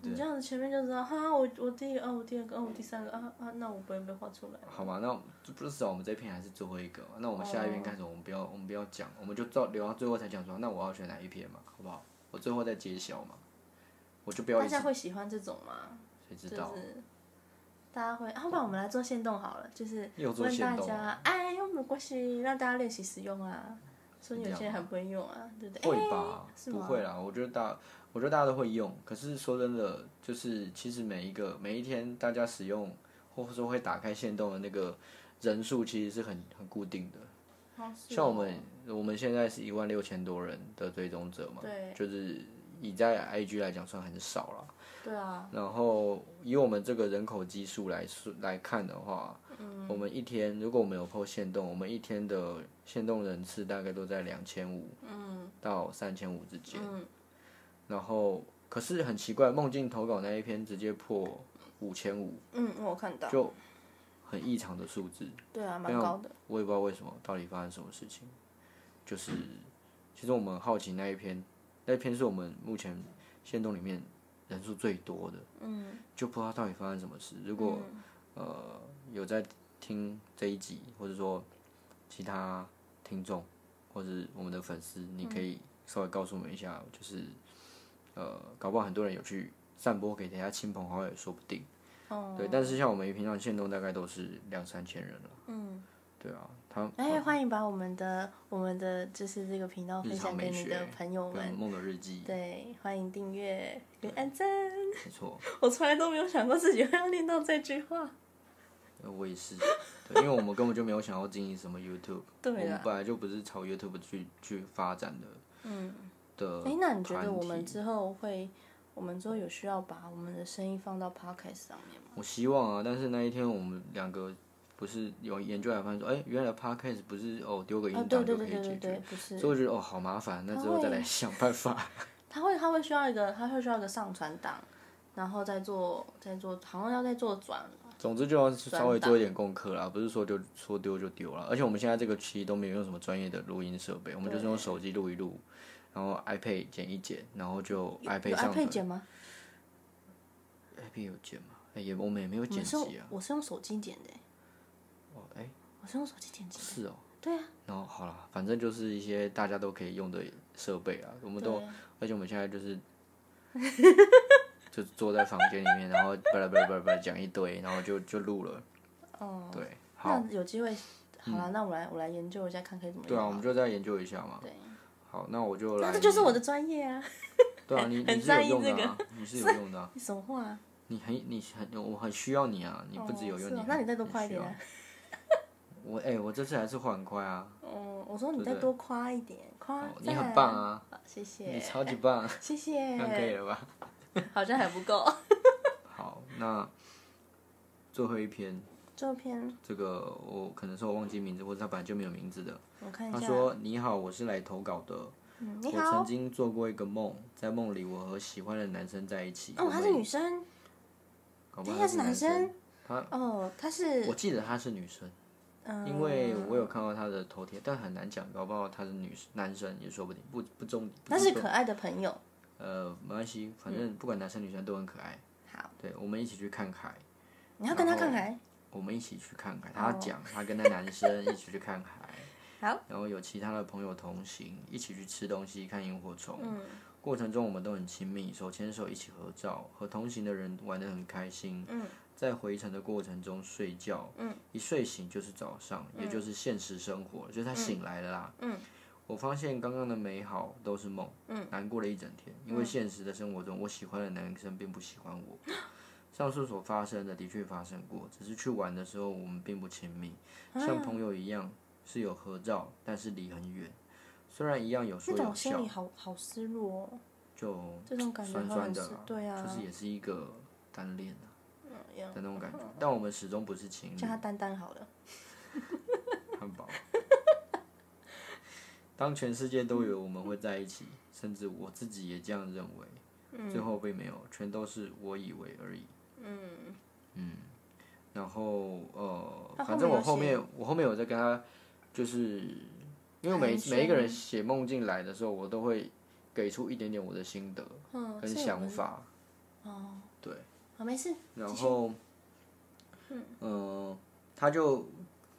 A: 对
B: 你这样子前面就知道，哈，我我第一个，啊，我第二个，啊，我第三个，啊啊，那我不会被画出来。
A: 好吧？那这不是啊少我们这篇还是最后一个嘛？那我们下一篇开始，我们不要我们不要讲，我们就到留到最后才讲说，那我要选哪一篇嘛，好不好？我最后再揭晓嘛，我就不要
B: 大
A: 一直
B: 家会喜欢这种吗？
A: 谁
B: 就
A: 知
B: 是
A: 道？
B: 大家会，啊，不然我们来做限动好了，就是
A: 又做
B: 问
A: 限
B: 大
A: 动啊
B: 家，哎，有没有关系？让大家练习使用啊。说你有些人还不会用啊，对不对？
A: 会
B: 哎
A: 吧？
B: 是
A: 不
B: 吗
A: 会啦，我觉得大，我觉得大家都会用。可是说真的，就是其实每一个每一天大家使用或者说会打开线动的那个人数，其实是很很固定的。
B: 好是
A: 像
B: 哦
A: 我们我们现在是一万六千多人的追踪者嘛，
B: 对
A: 就是以在 IG 来讲算很少啦。
B: 对啊，
A: 然后以我们这个人口基数来数来看的话，我们一天如果我们有破限动，我们一天的限动人次大概都在两千五，嗯，到三千五之间。
B: 嗯，
A: 然后可是很奇怪，梦境投稿那一篇直接破五千五，
B: 嗯，我有看到，
A: 就很异常的数字。
B: 对啊，蛮
A: 没有
B: 高的。
A: 我也不知道为什么，到底发生什么事情。就是，其实我们好奇那一篇，那一篇是我们目前线动里面人数最多的，嗯，就不知道到底发生什么事。如果、呃有在听这一集，或者说其他听众，或是我们的粉丝，你可以稍微告诉我们一下，就是呃，搞不好很多人有去散播给大家亲朋好友，也说不定。
B: 哦，
A: 对，但是像我们平常线动大概都是两三千人了。
B: 嗯，
A: 对啊，他
B: 哎，欢迎把我们的我们的就是这个频道分享给你的朋友
A: 跟
B: 们，
A: 梦的日记，
B: 对，欢迎订阅跟按赞。
A: 没错，
B: 我从来都没有想过自己会要念到这句话。
A: 呃我也是，对，因为我们根本就没有想要经营什么 YouTube，
B: 对啊
A: 我
B: 啦
A: 们本来就不是朝 YouTube 去去发展的，
B: 嗯，
A: 的
B: 哎，那你觉得我
A: 团
B: 们
A: 体
B: 之后会，我们之后有需要把我们的声音放到 podcast 上面吗？
A: 我希望啊，但是那一天我们两个不是有研究来发现说，哎、原来 podcast 不是哦丢个音
B: 啊，对
A: 档
B: 对
A: 就
B: 对
A: 可以
B: 对对
A: 解
B: 对
A: 决，，
B: 不是，
A: 所以我觉得哦好麻烦，那之后再来想办
B: [laughs]
A: 法。
B: 他会他会需要一个他会需要一个上传档，然后再做再做，好像要再做转，
A: 总之就要稍微做一点功课啦，不是说就说丢就丢啦。而且我们现在这个期都没有用什么专业的录音设备，我们就是用手机录一录，然后 iPad 剪一剪，然后就
B: 有
A: iPad
B: 有
A: 上
B: iPad
A: 传。
B: 剪吗？
A: iPad 有剪吗？哎也我们也没有
B: 我
A: 剪
B: 们是用
A: 辑啊。
B: 我是用手机剪的欸，
A: 哦，哎、
B: 我是用手机剪辑的，
A: 是哦。
B: 对啊，
A: 然后好了，反正就是一些大家都可以用的设备啊，我们都
B: 对，
A: 而且我们现在就是，就坐在房间里面，然后巴拉巴拉巴拉巴拉讲一堆，然后就就录了。
B: 哦，
A: 对，好，嗯
B: 那有机会，好了，那我来我来研究一下看可以怎么
A: 对啊，我
B: 用
A: 们就再研究一下嘛。
B: 对，
A: 好，那我就来。
B: 那这就是我的专业啊，
A: 对啊，你
B: 很
A: 你是
B: 在
A: 有
B: 意
A: 用的
B: 这个
A: 啊，你是有
B: [laughs]
A: 用的啊，
B: 你什么话啊？
A: 你很你很我很需要你啊，你不只有
B: 哦
A: 用
B: 是
A: 你
B: 哦
A: 很，
B: 那你再多
A: 很
B: 夸一
A: 需
B: 点
A: 要
B: 啊。
A: 我哎、我这次还是会很快啊，
B: 嗯，我说你
A: 对
B: 再
A: 对
B: 多夸一点，夸
A: 哦你很
B: 赞
A: 棒啊，
B: 好谢谢
A: 你，超级棒，
B: 谢
A: 这 [laughs] 样可以
B: 谢，
A: 了吧？
B: 好像还不
A: [laughs]
B: 够。
A: 好，那最后一篇，
B: 照片，
A: 这个我可能是我忘记名字，或者他本来就没有名字的。
B: 我看一
A: 他
B: 下。
A: 说：“你好，我是来投稿的。
B: 嗯，你
A: 我曾
B: 好，
A: 经做过一个梦，在梦里我和喜欢的男生在一起。
B: 哦，
A: 我
B: 他
A: 们
B: 是女生，
A: 搞不
B: 等
A: 好
B: 一下
A: 他
B: 是
A: 是
B: 男
A: 生
B: 生。
A: 他
B: 哦，他是
A: 我，记得他是女生。”
B: 嗯，
A: 因为我有看到他的头贴，但很难讲，搞不好他是女男生也说不定，不不中。不
B: 那是
A: 重
B: 可爱的朋友。
A: 呃，没关系，反正不管男生女生都很可爱。
B: 好，
A: 对，我们一起去看海，
B: 你要跟他看海，
A: 我们一起去看海。他讲他跟那男生一起去看海，
B: 哦好，
A: 然后有其他的朋友同行，一起去吃东西、看萤火虫。
B: 嗯，
A: 过程中我们都很亲密，手牵手一起合照，和同行的人玩得很开心。
B: 嗯，
A: 在回程的过程中睡觉，嗯，一睡醒就是早上，也就是现实生活，就是他醒来了啦。
B: 嗯，
A: 我发现刚刚的美好都是梦，嗯，难过了一整天，因
B: 嗯
A: 为现实的生活中，我喜欢的男生并不喜欢
B: [laughs]
A: 我。上述所发生的的确发生过，只是去玩的时候我们并不亲密，
B: 啊
A: 像朋友一样是有合照，但是离很远。虽然一样有说
B: 这
A: 有
B: 种心
A: 笑
B: 里，好好失落哦，
A: 就
B: 这种感觉
A: 酸
B: 好
A: 酸
B: 像
A: 的
B: 是
A: 啦，，
B: 对啊，
A: 就是也是一个单恋啊
B: 嗯一样
A: 的那种感觉。但我们始终不是情侣
B: 叫，他丹丹好了。
A: 汉堡。当全世界都以为我们会在一起，甚至我自己也这样认为，最后并没有，全都是我以为而已。
B: 嗯，
A: 然后呃，
B: 他后面
A: 反正我
B: 有
A: 后面我后面有在跟他，就是因为每
B: 寒暄
A: 每一个人写梦境来的时候，我都会给出一点点我的心得
B: 嗯，
A: 跟
B: 是我
A: 想
B: 们
A: 法，
B: 哦，
A: 对。
B: 好，没事，
A: 然后，嗯、他就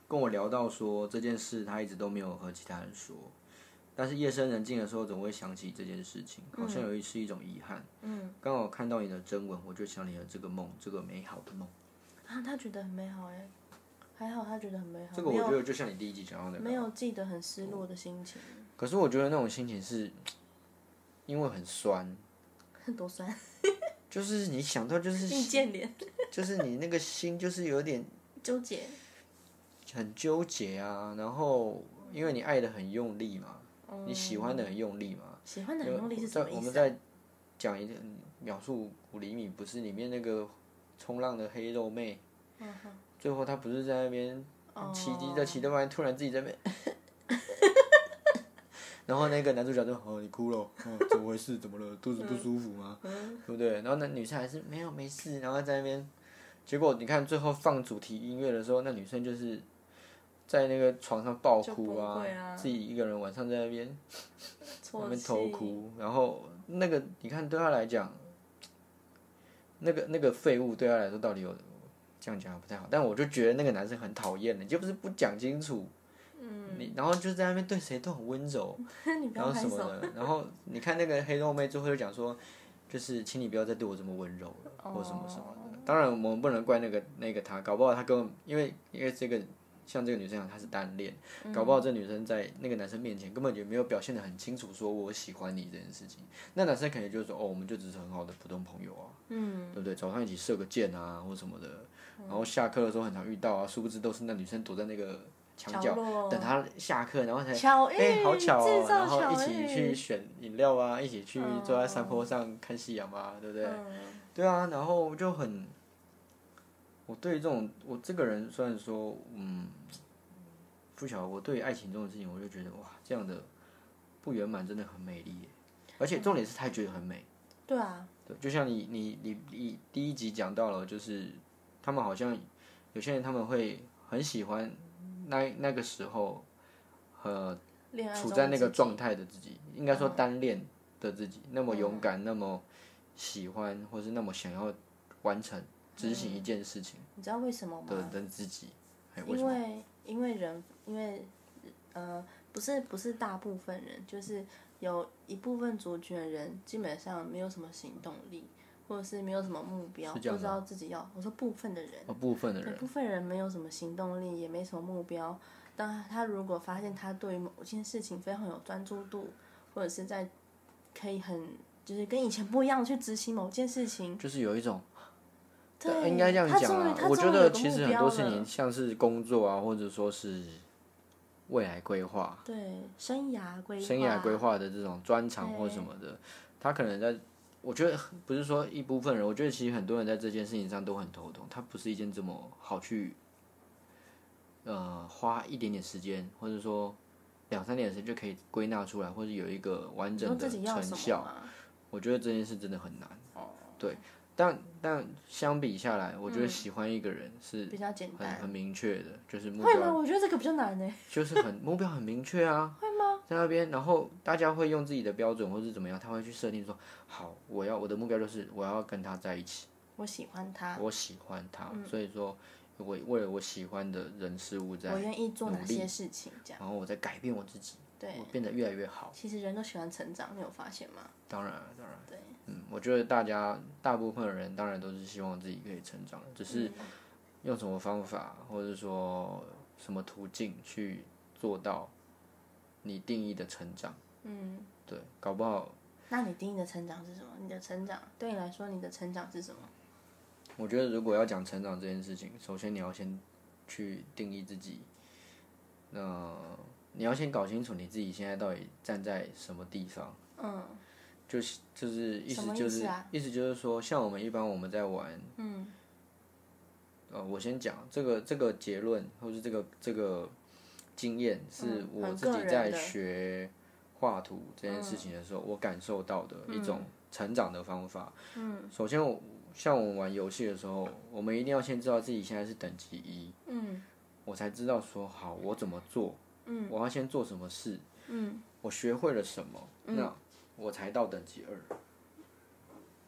A: 跟我聊到说这件事，他一直都没有和其他人说，但是夜深人静的时候，总会想起这件事情，好像有一是一种遗憾。
B: 嗯，
A: 刚好看到你的真文，我就想起了这个梦，这个美好的梦。
B: 啊，他觉得很美好哎，还好他觉得很美好，
A: 这个我
B: 没
A: 觉
B: 有
A: 得就像你第一集讲到的，
B: 没有记得很失落的心情，
A: 可是我觉得那种心情是，因为很酸，
B: 多酸，
A: 就是你想到就是
B: 硬见脸，
A: 就是你那个心就是有点
B: 纠结，
A: 很纠结啊，然后因为你爱的很用力嘛，你喜欢的很用力嘛。
B: 喜嗯欢的很用力是什
A: 在
B: 么
A: 我
B: 意
A: 们
B: 思啊？
A: 在讲一个描述古厘米，不是里面那个冲浪的黑肉妹，
B: 嗯哼
A: 最后她不是在那边
B: 哦
A: 骑机在骑到半，突然自己在那边， [laughs] 然后那个男主角就哦你哭了，哦怎么回事？怎么了？肚子不舒服吗？
B: 哦
A: 对不对？然后那女生还是没有没事，然后在那边，结果你看最后放主题音乐的时候，那女生就是。在那个床上爆
B: 就
A: 哭
B: 崩
A: 啊，
B: 溃啊
A: 自己一个人晚上在那边
B: 错
A: 他们
B: 气
A: 偷哭，然后那个你看对他来讲，那个那个废物对他来说到底有这样讲不太好，但我就觉得那个男生很讨厌的，就不是不讲清楚，嗯，你然后就在那边对谁都很温柔，
B: 你不
A: 然
B: 要
A: 后
B: 拍
A: 什么
B: 手
A: 的，然后你看那个黑肉妹最后就讲说，就是请你不要再对我这么温柔了，或什么什么的。当然我们不能怪那个那个他，搞不好他根本因为因为这个像这个女生讲她是单恋，
B: 嗯
A: 搞不好这女生在那个男生面前根本就没有表现的很清楚，说我喜欢你这件事情。那男生肯定就是说哦，我们就只是很好的普通朋友啊，
B: 嗯，
A: 对不对？早上一起射个箭啊，或什么的，然后下课的时候很常遇到啊，殊不知都是那女生躲在那个墙角
B: 角落
A: 等他下课，然后才
B: 巧遇
A: 哎、好巧哦
B: 制，造
A: 然后一
B: 巧遇欸哦
A: 起去选饮料啊，一起去坐在山坡上看夕阳啊，对不对？
B: 嗯
A: 对啊，然后就很我对于这种，我这个人虽然说，嗯，不晓得我对于爱情这种事情，我就觉得哇，这样的不圆满真的很美丽耶，而且重点是他觉得很美。
B: 对啊，
A: 对，就像你你你你第一集讲到了，就是他们好像有些人他们会很喜欢那那个时候，呃，
B: 恋爱
A: 处
B: 中
A: 在
B: 的
A: 那
B: 自
A: 个
B: 己嗯
A: 状态的自己，应该说单恋的自己，那么勇敢，那么喜欢，或是那么想要完成执行
B: 嗯
A: 一件事情
B: 你知道为什么吗？
A: 的的自己，哎，为什
B: 因
A: 么？
B: 为因为人因为呃不是不是大部分人，就是有一部分族群的人基本上没有什么行动力，或者是没有什么目标，
A: 是
B: 不
A: 这样
B: 知道自己要。我说部分的人。
A: 哦部分的人
B: 对，部分人没有什么行动力，也没什么目标。当他如果发现他对于某件事情非常有专注度，或者是在可以很就是跟以前不一样地去执行某件事情，
A: 就是有一种。
B: 对，
A: 应该这样
B: 他
A: 讲
B: 终于
A: 啦。
B: 他
A: 我
B: 终于
A: 觉
B: 有
A: 得
B: 个
A: 其
B: 目
A: 实很
B: 标
A: 多事
B: 了
A: 情，像是工作啊，或者说是未来规划、
B: 对生涯规划，
A: 生涯规划的这种专长或什么的，他可能在，我觉得不是说一部分人，我觉得其实很多人在这件事情上都很头痛，它不是一件这么好去，呃，花一点点时间，或者说两三年的时间就可以归纳出来，或者有一个完
B: 你
A: 整
B: 说
A: 的
B: 自己要
A: 成
B: 什
A: 效
B: 么。嘛？
A: 我觉得这件事真的很难。对，但但相比下来，我觉得喜欢一个人是
B: 比嗯较简
A: 很
B: 单，
A: 很明确的，就是目
B: 会吗？
A: 标，
B: 我觉得这个比较难呢、
A: 就是很目标很明确
B: [laughs]
A: 啊。会吗？在那边，然后大家会用自己的标准或是怎么样，他会去设定说，好，我要我的目标就是我要跟他在一起，
B: 我喜欢他，嗯
A: 我喜欢他，所以说我为了我喜欢的人事物在
B: 我，愿意做哪
A: 努
B: 些事情，这样
A: 然后我在改变我自己，
B: 嗯对。
A: 我变得越来越好。
B: 其实人都喜欢成长，你有发现吗？
A: 当然啊，当然，
B: 对，
A: 嗯，我觉得大家大部分人当然都是希望自己可以成长的，只是
B: 嗯
A: 用什么方法，或者说什么途径去做到你定义的成长，
B: 嗯。
A: 对，搞不好，
B: 那你定义的成长是什么？你的成长对你来说，你的成长是什么？
A: 我觉得如果要讲成长这件事情，首先你要先去定义自己，那、你要先搞清楚你自己现在到底站在什么地方。
B: 嗯
A: 就是就是意
B: 什
A: 思
B: 么
A: 就
B: 意
A: 是
B: 思啊
A: 意思就是说，像我们一般我们在玩
B: 嗯
A: 呃，我先讲这个这个结论，或是这个这个经验，是
B: 嗯
A: 我
B: 很
A: 自
B: 个
A: 己
B: 人
A: 在
B: 的嗯
A: 学画图这件事情的时候，我感受到的一种成长的方法。嗯，首先我像我们玩游戏的时候，我们一定要先知道自己现在是等级一，
B: 嗯
A: 我才知道说好我怎么做，
B: 嗯，
A: 我要先做什么事，
B: 嗯，
A: 我学会了什么，那我才到等级二。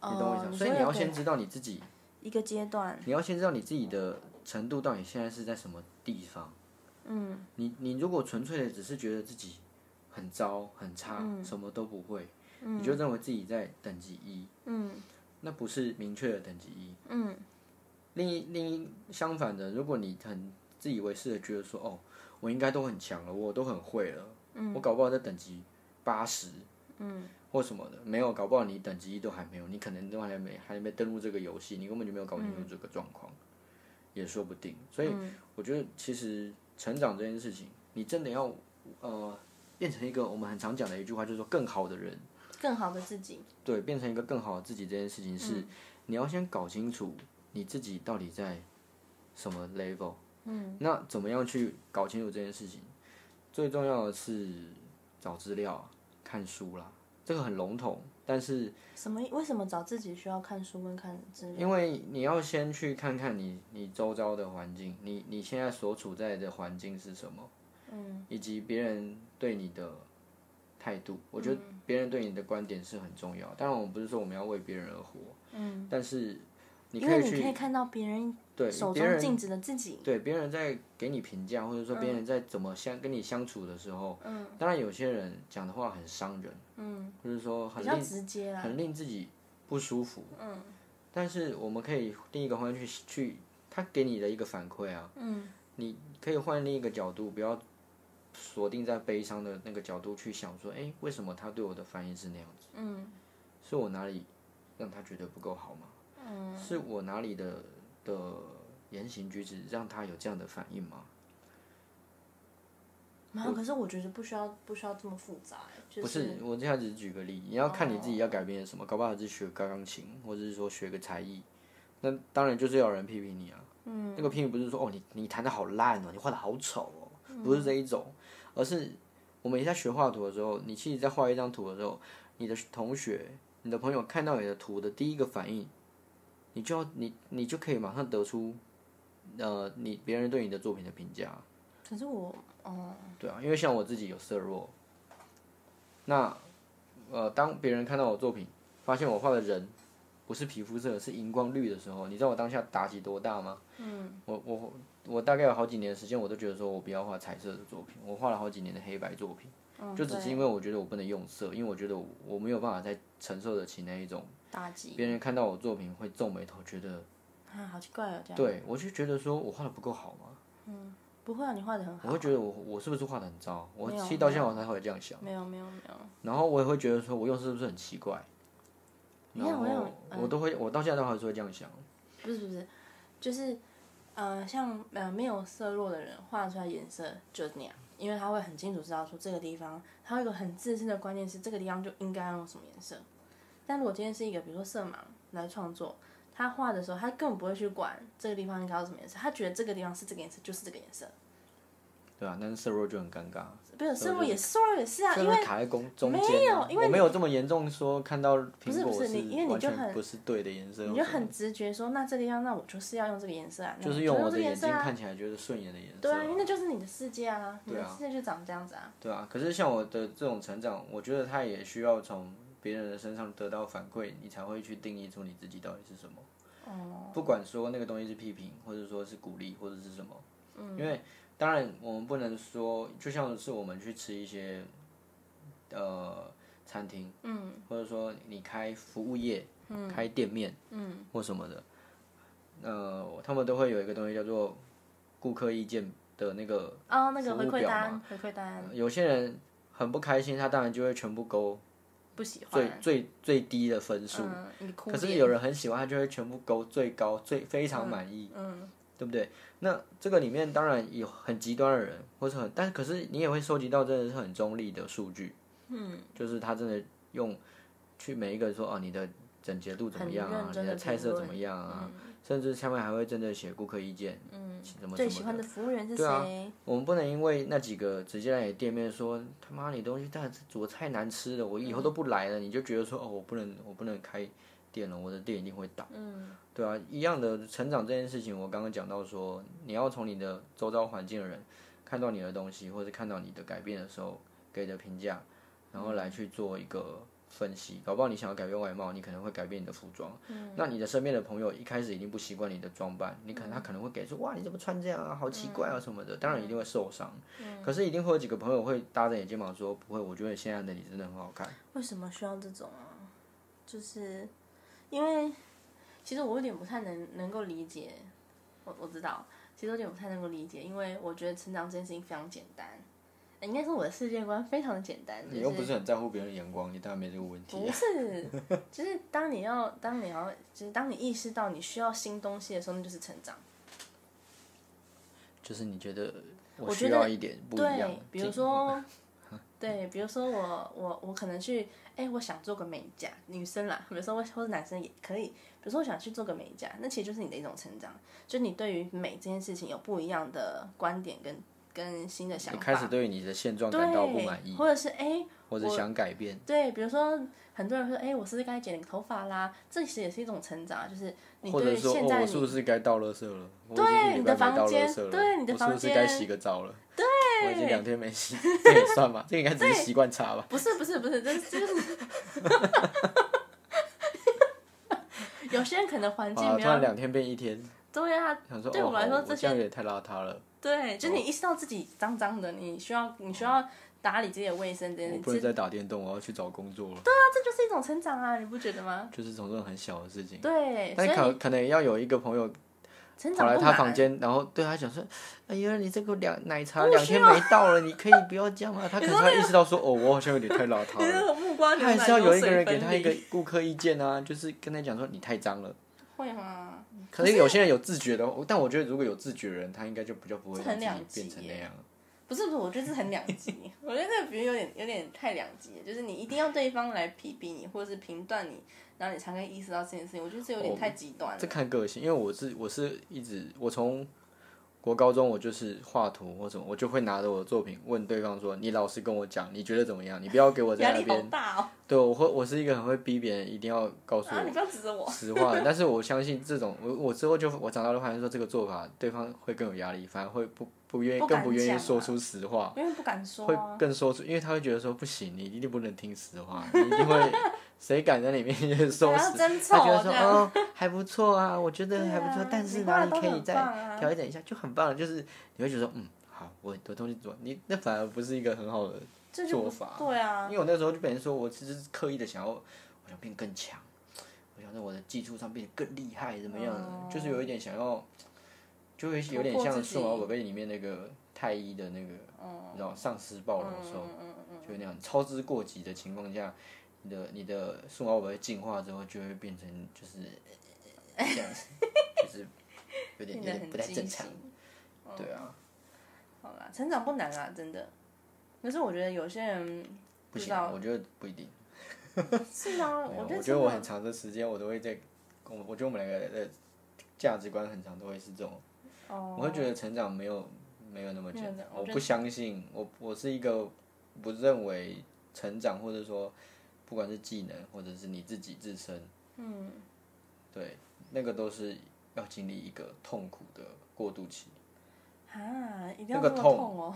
A: 你懂我意思吗？
B: 哦
A: 所以
B: 说
A: 你要
B: 给
A: 先知道你自己
B: 一个阶段，
A: 你要先知道你自己的程度到底现在是在什么地方。
B: 嗯
A: 你你如果纯粹的只是觉得自己很糟很差，
B: 嗯
A: 什么都不会，你就认为自己在等级一，
B: 嗯
A: 那不是明确的等级一。
B: 嗯
A: 另一另一相反的，如果你很自以为是的觉得说，哦，我应该都很强了，我都很会了，我搞不好在等级八十
B: 嗯
A: 或什么的，没有，搞不好你等级一都还没有，你可能都还没还没登录这个游戏，你根本就没有搞清楚这个状况，也说不定。所以我觉得，其实成长这件事情，你真的要呃变成一个我们很常讲的一句话，就是说更好的人，
B: 更好的自己，
A: 对，变成一个更好的自己这件事情是，你要先搞清楚你自己到底在什么 level。嗯，那怎么样去搞清楚这件事情？最重要的是找资料啊、看书啦，这个很笼统，但是
B: 什么？为什么找自己需要看书跟看资料？
A: 因为你要先去看看你你周遭的环境，你你现在所处在的环境是什么，嗯，以及别人对你的态度，我觉得
B: 嗯
A: 别人对你的观点是很重要。当然，我们不是说我们要为别人而活，嗯，但是你
B: 因
A: 可
B: 为
A: 以
B: 你可以
A: 去
B: 看到别人
A: 对
B: 手
A: 别
B: 中
A: 人
B: 镜子的自己，嗯
A: 对别人在给你评价，或者说别人在怎么相、跟你相处的时候，嗯，当然有些人讲的话很伤人，嗯，或者说很
B: 比
A: 令
B: 较直接啦。
A: 很令自己不舒服。嗯，但是我们可以另一个方向去去，他给你的一个反馈啊，
B: 嗯
A: 你可以换另一个角度，不要锁定在悲伤的那个角度去想说，哎、为什么他对我的反应是那样子？
B: 嗯
A: 是我哪里让他觉得不够好吗？
B: 嗯，
A: 是我哪里的的言行举止让他有这样的反应吗？
B: 然后可是我觉得不需要不需要这么复杂，欸就
A: 不是，我这样只是举个例，你要看你自己要改变什么，搞不好是学钢钢琴，或者是说学个才艺，那当然就是要有人批评你啊。嗯，那个批评不是说哦你你弹的好烂哦，你画的好丑哦，不是这一种，而是我们在学画图的时候，你其实在画一张图的时候，你的同学、你的朋友看到你的图的第一个反应，你就要你你就可以马上得出，呃，你别人对你的作品的评价。
B: 可是我，哦，
A: 对啊，因为像我自己有色弱，那呃，当别人看到我作品，发现我画的人不是皮肤色，是荧光绿的时候，你知道我当下打击多大吗？嗯，我我我大概有好几年的时间，我都觉得说我不要画彩色的作品，我画了好几年的黑白作品，
B: 嗯
A: 就只是
B: 对
A: 因为我觉得我不能用色，因为我觉得我我没有办法再承受得起那一种
B: 打击
A: 别人看到我作品会皱眉头，觉得
B: 啊，好奇怪哦，这样
A: 对我就觉得说我画的不够好吗？
B: 不会啊，你画的很
A: 我
B: 好，
A: 会啊觉得我我是不是画的很糟？我
B: 没有
A: 其实到现在我才会这样想。
B: 没有没有没有，
A: 然后我也会觉得说，我用是不是很奇怪？
B: 你
A: 然
B: 看
A: 后
B: 我嗯用
A: 我都会，我到现在都还是会这样想。
B: 不是不是，就是呃，像呃没有色弱的人画出来颜色就是那样，因为他会很清楚知道说这个地方，他会有一个很自私的观念是这个地方就应该要用什么颜色。但如果今天是一个比如说色盲来创作，他画的时候他根本不会去管这个地方应该要什么颜色，他觉得这个地方是这个颜色就是这个颜色，
A: 对啊，但是色弱就很尴尬，
B: 不是
A: 色
B: 色
A: 弱
B: 弱也色弱也是啊，
A: 虽
B: 因
A: 然
B: 为
A: 会卡在中中间啊、
B: 没有因为
A: 我
B: 你
A: 没有这么严重说看到苹
B: 是
A: 果
B: 不是你因为你
A: 完
B: 就
A: 全
B: 很
A: 不是对的颜色，
B: 你就很直觉说那这个地方那我就是要用这个颜色啊，那
A: 就是
B: 我
A: 用我的
B: 这个
A: 眼
B: 颜色
A: 睛
B: 啊，
A: 看起来觉得顺眼的颜色
B: 对
A: 啊、
B: 啊，因为那就是你的世界啊，你
A: 对
B: 的
A: 啊
B: 世界就长这样子啊。
A: 对啊，可是像我的这种成长，我觉得他也需要从别人的身上得到反馈，你才会去定义出你自己到底是什么。哦，不管说那个东西是批评，或者说是鼓励，或者是什么，嗯，因为当然我们不能说，就像是我们去吃一些呃餐厅，嗯，或者说你开服务业，嗯，开店面，嗯，或什么的，呃，他们都会有一个东西叫做顾客意见的那个
B: 哦，那个
A: 呃服务
B: 回馈
A: 表
B: 单，回馈单
A: 有些人很不开心，他当然就会全部勾
B: 不喜
A: 最
B: 欢，
A: 最最低的分数。
B: 嗯，你哭
A: 可是
B: 脸
A: 有人很喜欢，他就会全部勾最高、最非常满意，
B: 嗯，
A: 对不对？那这个里面当然有很极端的人，或是很，但可是你也会收集到真的是很中立的数据，嗯，就是他真的用去每一个说哦、你的整洁度怎么样
B: 很
A: 啊
B: 认，真
A: 你
B: 地嗯
A: 的菜色怎么样啊，甚至下面还会真的写顾客意见，嗯，怎么怎
B: 最
A: 么
B: 喜
A: 的
B: 欢的服务员是
A: 对啊
B: 谁？
A: 我们不能因为那几个直接来你店面说他妈你东西但煮的太难吃了，我以后都不来了，你就觉得说哦我不能我不能开店了，我的店一定会倒。
B: 嗯
A: 对啊，一样的成长这件事情，我刚刚讲到说，你要从你的周遭环境的人看到你的东西，或者看到你的改变的时候给的评价，然后来去做一个分析。搞不好你想要改变外貌，你可能会改变你的服装。
B: 嗯
A: 那你的身边的朋友一开始一定不习惯你的装扮，你可
B: 嗯
A: 能他可能会给出哇你怎么穿这样啊，好奇怪啊什么的，当然一定会受伤。
B: 嗯
A: 可是一定会有几个朋友会搭着你肩膀说，不会，我觉得现在的你真的很好看。
B: 为什么需要这种啊？就是因为其实我有点不太能能够理解，我我知道，其实有点不太能够理解，因为我觉得成长这件事情非常简单，呃应该说我的世界观非常的简单，
A: 你
B: 呃就
A: 又
B: 是
A: 不是很在乎别人的眼光，你当然没这个问题
B: 不
A: 啊。
B: 是，就是当你要当你要就是当你意识到你需要新东西的时候，那就是成
A: [laughs]
B: 长。
A: 就是你觉得我
B: 我
A: 需
B: 觉
A: 要
B: 得
A: 一点不一样
B: 对，，比如
A: 进
B: 说，对，比如说我我我可能去，哎，我想做个美甲，女生啦，比如说我或者男生也可以，比如说我想去做个美甲，那其实就是你的一种成长，就你对于美这件事情有不一样的观点跟跟新的想
A: 你
B: 法，
A: 开始对于你的现状感到不满
B: 对，
A: 意，
B: 或者是哎，诶
A: 或者想改变，
B: 对，比如说很多人说，哎，我是不是该剪个头发啦？这其实也是一种成长，啊就是你
A: 或
B: 对
A: 者
B: 于
A: 说
B: 现
A: 哦，
B: 在
A: 我
B: 你
A: 是不是该倒垃圾了？我已
B: 对
A: 经一个礼
B: 你的
A: 拜没倒
B: 房间
A: 垃圾了
B: 对你的
A: 我是不是
B: 房
A: 该
B: 间
A: 洗个澡了？对，我已经
B: [laughs]
A: 两天没洗，这也算吧，这应该只是习惯差吧。
B: 不是不是不是，这是这
A: [laughs]
B: 是。有些人可能环境
A: 啊，
B: 没
A: 突然
B: 有，
A: 两天变一天，
B: 对啊，
A: 想说
B: 对我
A: 哦
B: 来说
A: 好
B: 这
A: 我
B: 些
A: 样有点太邋遢了，
B: 对，就是你意识到自己脏脏的，你需要你需要打理自己的卫生这件
A: 我
B: 事，
A: 不
B: 其
A: 能
B: 实
A: 再打电动，我要去找工作了，
B: 那这就是一种成长啊，你不觉得吗？
A: 就是从这种很小的事情。
B: 对，所
A: 但
B: 以
A: 可可能要有一个朋友
B: 成
A: 跑
B: 长
A: 来
B: 不
A: 他房
B: 难。
A: 间，然后对他讲说：“哎呀，你这个两奶茶
B: 不
A: 两
B: 需
A: 天没到了，你可以不要这样吗？”啊
B: [laughs]
A: 他可能会意识到说：“哦，我好像有点太邋遢
B: 你
A: 了。
B: 那个目”
A: 他
B: 光流
A: 还
B: 转
A: 是要有一个
B: 水
A: 人
B: 分
A: 给他一
B: 离
A: 个顾客意见啊，就是跟他讲说你太脏了。
B: 会吗？
A: 可是有些人有自觉的，但我觉得如果有自觉的人，他应该就比较不会
B: 这
A: 让
B: 很
A: 自己变
B: 两极
A: 成那
B: 耶
A: 样。
B: 不是不是，我觉得这很两极，
A: [laughs]
B: 我觉得这个比喻有点有点太两极了，就是你一定要对方来批评你，或者是评断你，然后你才可以意识到这件事情。我觉得这有点太
A: 哦
B: 极端了。
A: 这看个性，因为我是我是一直我从国高中我就是画图或什么，我就会拿着我的作品问对方说：“你老实跟我讲，你觉得怎么样？你不要给我
B: 压
A: 在那
B: 力好
A: 边。
B: 大哦！”
A: [laughs] 对，我会我是一个很会逼别人一定要告诉
B: 啊，你
A: 我
B: 不要指着我。
A: 实话的，但是我相信这种我我之后就我长大了发现说这个做法对方会更有压力，反而会不不愿意
B: 不
A: 更
B: 敢
A: 不愿
B: 讲
A: 意说
B: 啊
A: 出实话。
B: 因为不敢说
A: 会
B: 啊，
A: 更说出，因为他会觉得说不行，你一定不能听实话，你一定会 [laughs] 谁敢在里面 [laughs] 说
B: 还要
A: 实，
B: 争
A: 他
B: 吵
A: 觉得
B: 啊，这
A: 说
B: 样
A: 哦还不错啊，我觉得还不错，
B: 对啊
A: 但是
B: 你画
A: 哪
B: 的
A: 里
B: 都
A: 可以
B: 很
A: 再
B: 棒啊
A: 调整一下，就很棒，就是你会觉得说嗯好，我的东西做你那反而不是一个很好的，
B: 这就不
A: 做法
B: 对啊
A: 因，为我那时候就被人说我其实是刻意的想要，我想变更强，我想在我的技术上变得更厉害怎么样的，
B: 哦
A: 就是有一点想要，就会有点
B: 突破
A: 像《
B: 自己
A: 数码宝贝》里面那个太一的那个，你知道丧尸暴龙的时候。
B: 嗯嗯嗯
A: 就那样操之过急的情况下，你的你的数码宝贝进化之后就会变成就是呃这样子，就是有点有
B: 变
A: 点
B: 得很
A: 不太
B: 畸
A: 正常
B: 形，
A: 对啊，
B: 好啦，成长不难啦，真的。可是我觉得有些人
A: 不
B: 知
A: 行，
B: 道
A: 我觉得不一定。
B: 是吗？
A: [laughs] 没有
B: 我
A: 我
B: 觉
A: 觉得
B: 得
A: 我很长的时间我都会在，我我觉得我们两个的价值观很长都会是这种，
B: 哦，
A: 我会觉得成长没有没有那么简
B: 没
A: 单
B: 有，
A: 我
B: 我觉得
A: 不相信，我我是一个不认为成长或者说不管是技能或者是你自己自身。
B: 嗯，
A: 对，那个都是要经历一个痛苦的过渡期。
B: 啊，一定要
A: 那
B: 这
A: 个
B: 么
A: 痛
B: 痛哦，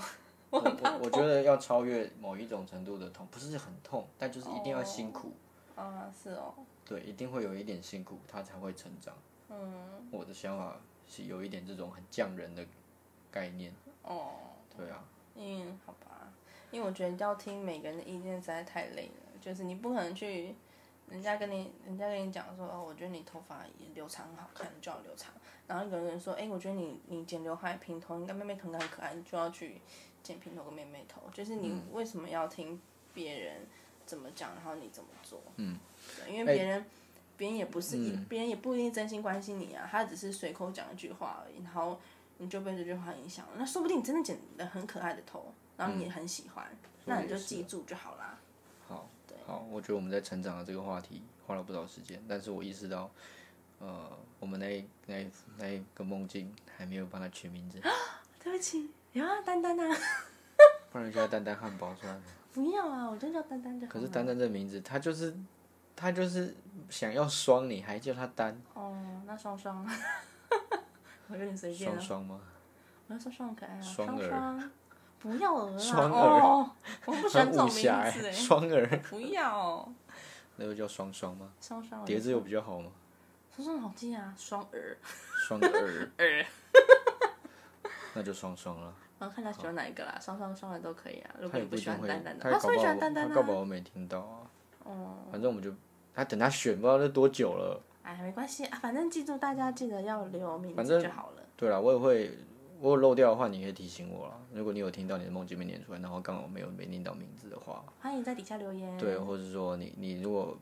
A: 我我我觉得要超越某一种程度的痛，不是很痛，但就是一定要辛苦，
B: 啊，是哦，
A: 对，一定会有一点辛苦，它才会成长。
B: 嗯，
A: 我的想法是有一点这种很匠人的概念，
B: 哦，
A: 对啊，
B: 嗯，好吧，因为我觉得要听每个人的意见实在太累了，就是你不可能去。人家跟你，人家跟你讲说，哦，我觉得你头发也留长很好看，你就要留长。然后有人说，哎、我觉得你你剪刘海、平头，应该妹妹头应该很可爱，你就要去剪平头跟妹妹头。就是你为什么要听别人怎么讲，然后你怎么做？
A: 嗯
B: 对，因为别人别、人也不是一，别、人也不一定真心关心你啊，他只是随口讲一句话而已，然后你就被这句话影响了。那说不定你真的剪得很可爱的头，然后你也很喜欢，那你就
A: 也是
B: 记住就好啦。
A: 好，好，我觉得我们在成长的这个话题花了不少时间，但是我意识到，呃，我们那那那一个梦境还没有帮它取名字， [gasps]
B: 对不起，你要丹丹啊，
A: 不然就叫丹丹汉堡算了。
B: 不要啊，我就叫丹丹就好
A: 可是
B: 了。
A: 丹丹这名字，他就是他就是想要双你，还叫他丹
B: 哦，那双双， [laughs] 我有点随便啊
A: 双
B: 了。
A: 双吗？
B: 我要说双可爱啊，
A: 双
B: 双
A: 儿
B: 双，不要鹅啊，
A: 双儿
B: 哦， [laughs] [laughs] 我不喜欢
A: 很
B: 这种
A: 武
B: 名字
A: 侠
B: 哎、
A: 欸双儿，
B: 不要哦、
A: 那就叫双双吗？
B: 双双，
A: 叠字有比较好吗？
B: 双双好记啊，双儿
A: 双儿，
B: 儿，
A: 那就双双了。
B: 然后看他喜欢哪一个啦，双双双儿都可以啊。 [laughs] 如
A: 他
B: 果
A: 也
B: 你
A: 不一
B: 喜
A: 定
B: 欢
A: 会
B: 丹丹，的，
A: 也
B: 他
A: 搞不
B: 喜
A: 好
B: 欢丹丹
A: 他搞不
B: 啊，
A: 好没听到啊。
B: 哦，
A: 反正我们就他等他选，不知道那多久了。
B: 哎，没关系啊，反正记住大家记得要留名
A: 反
B: 字
A: 正
B: 就好了。
A: 对了，我也会，我有漏掉的话，你可以提醒我啦。如果你有听到你的梦境没念出来，然后刚好没有没念到名字的话，
B: 欢迎在底下留言。
A: 对，或者是说你你如果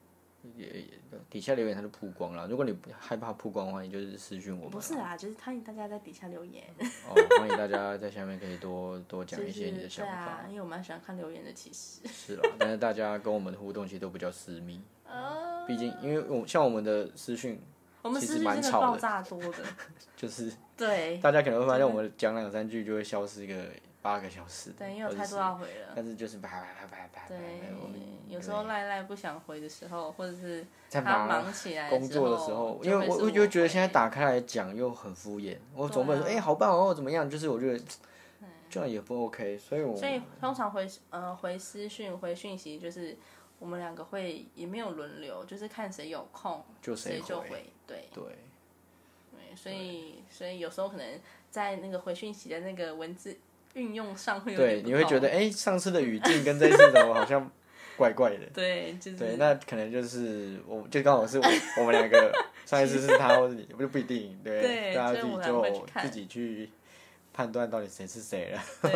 A: 也也底下留言它就曝光了，如果你害怕曝光的话，你就是私讯我们
B: 不
A: 啊。
B: 是啦，就是欢迎大家在底下留言，
A: 哦，欢迎大家在下面可以多多讲
B: 就
A: 一些你
B: 是
A: 的想
B: 对
A: 法
B: 啊，。因为我蛮喜欢看留言的，其实。
A: 是啦，但是大家跟我们的互动其实都比较私密，
B: 呃，
A: 毕竟因为我像我们的私讯，
B: 我们
A: 其实
B: 私讯
A: 蛮
B: 真的
A: 吵的
B: 爆炸多
A: [laughs]
B: 的，
A: 就是
B: 对
A: 大家可能会发现我们讲两三句就会消失个八个小时，
B: 对，因为有
A: 或者
B: 太
A: 是
B: 多要回了。
A: 但是就是啪啪啪啪啪啪，
B: 对
A: 我们，
B: 有时候赖赖不想回的时候，或者是
A: 在
B: 他
A: 忙啊
B: 忙起来
A: 工作的时候，因为我
B: 我
A: 我就觉得现在打开来讲又很敷衍，我总不能说哎、
B: 对啊
A: 好棒哦怎么样，就是我觉得这样也不 OK，所以我
B: 所以通常回呃回私讯回讯息，就是我们两个会也没有轮流，就是看谁有空
A: 就
B: 谁
A: 谁
B: 就
A: 回，
B: 回。对
A: 对，
B: 对，所以所以有时候可能在那个回讯息的那个文字运用上 [laughs] 会有
A: 对，
B: 点不
A: 你会
B: 同
A: 觉得哎、上次的语境跟这一次怎么好像怪怪的。
B: 对， [laughs] 就是
A: 对，那可能就是我，就刚好是我我们两
B: [laughs]
A: 个上一次是他或者你，就不一定，对，
B: 对
A: 大家
B: 所以
A: 自己
B: 我们会去
A: 就
B: 看
A: 自己去判断到底谁是谁了。
B: 对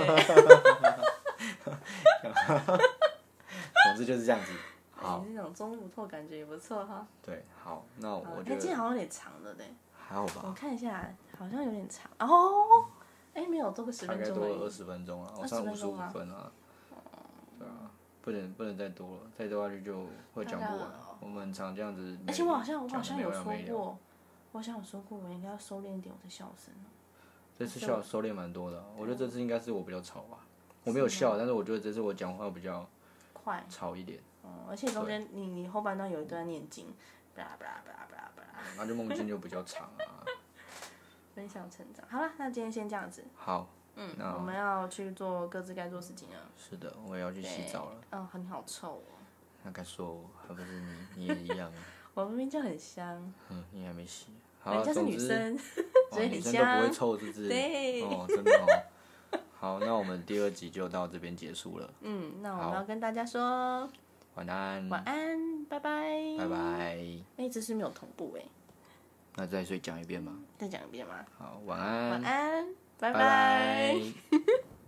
A: 总之就是这
B: [laughs]
A: 样子。 [laughs] 好，
B: 你那哎种中午透感觉也不错哈。
A: 对，好，那
B: 好
A: 我
B: 哎
A: 觉
B: 今天
A: 得
B: 好像有点长了嘞，
A: 还好吧
B: 我。看一下，好像有点长哦。哎，没有，多个十
A: 大
B: 分
A: 概
B: 钟
A: 多
B: 而
A: 了二
B: 已。
A: 十分钟啊，我
B: 20
A: 上五
B: 分
A: 十五
B: 钟啊
A: 分啊，对啊，不能不能再多了，再多下去就会讲不
B: 当然
A: 完
B: 了。
A: 我们很常这样子，
B: 哦而且我好像我
A: 讲
B: 好
A: 得
B: 像
A: 没
B: 有
A: 完
B: 说
A: 没了，
B: 过，我好像有说过，我应该要收敛一点我的笑声。
A: 这次笑收敛蛮多的啊，我觉得这次应该是我比较吵吧，我没有笑，但是我觉得这次我讲话比较
B: 快，
A: 吵一点，
B: 嗯，而且中间你你后半段有一段念经，巴拉巴拉巴拉巴拉巴拉，
A: 那就梦境就比较长
B: [laughs]
A: 啊。
B: 分享成长。好了，那今天先这样子。
A: 好，
B: 嗯，
A: 那
B: 我们要去做各自该做事情了。
A: 是的，我也要去洗澡了。
B: 嗯，很好臭哦，
A: 那该说我还不是你，你也一样，啊
B: 我明明就很香，
A: 嗯，你还没洗。好
B: 人
A: 啊，
B: 家是
A: 总
B: 女
A: 之。
B: 生， [laughs] 所
A: 哦，
B: 以
A: 女
B: 很
A: 生都不会
B: 香。
A: 臭，是不是？
B: 对
A: 哦，真的哦。 [laughs] 好，那我们第二集就到这边结束了。
B: 嗯，那我们要跟大家说
A: 晚安，
B: 晚安，拜拜。
A: 嗯拜拜。
B: 哎，这是没有同步哎，
A: 那再睡讲一遍吧。
B: 再讲一遍吗？
A: 好，晚
B: 晚
A: 安，
B: 嗯安，拜
A: 拜拜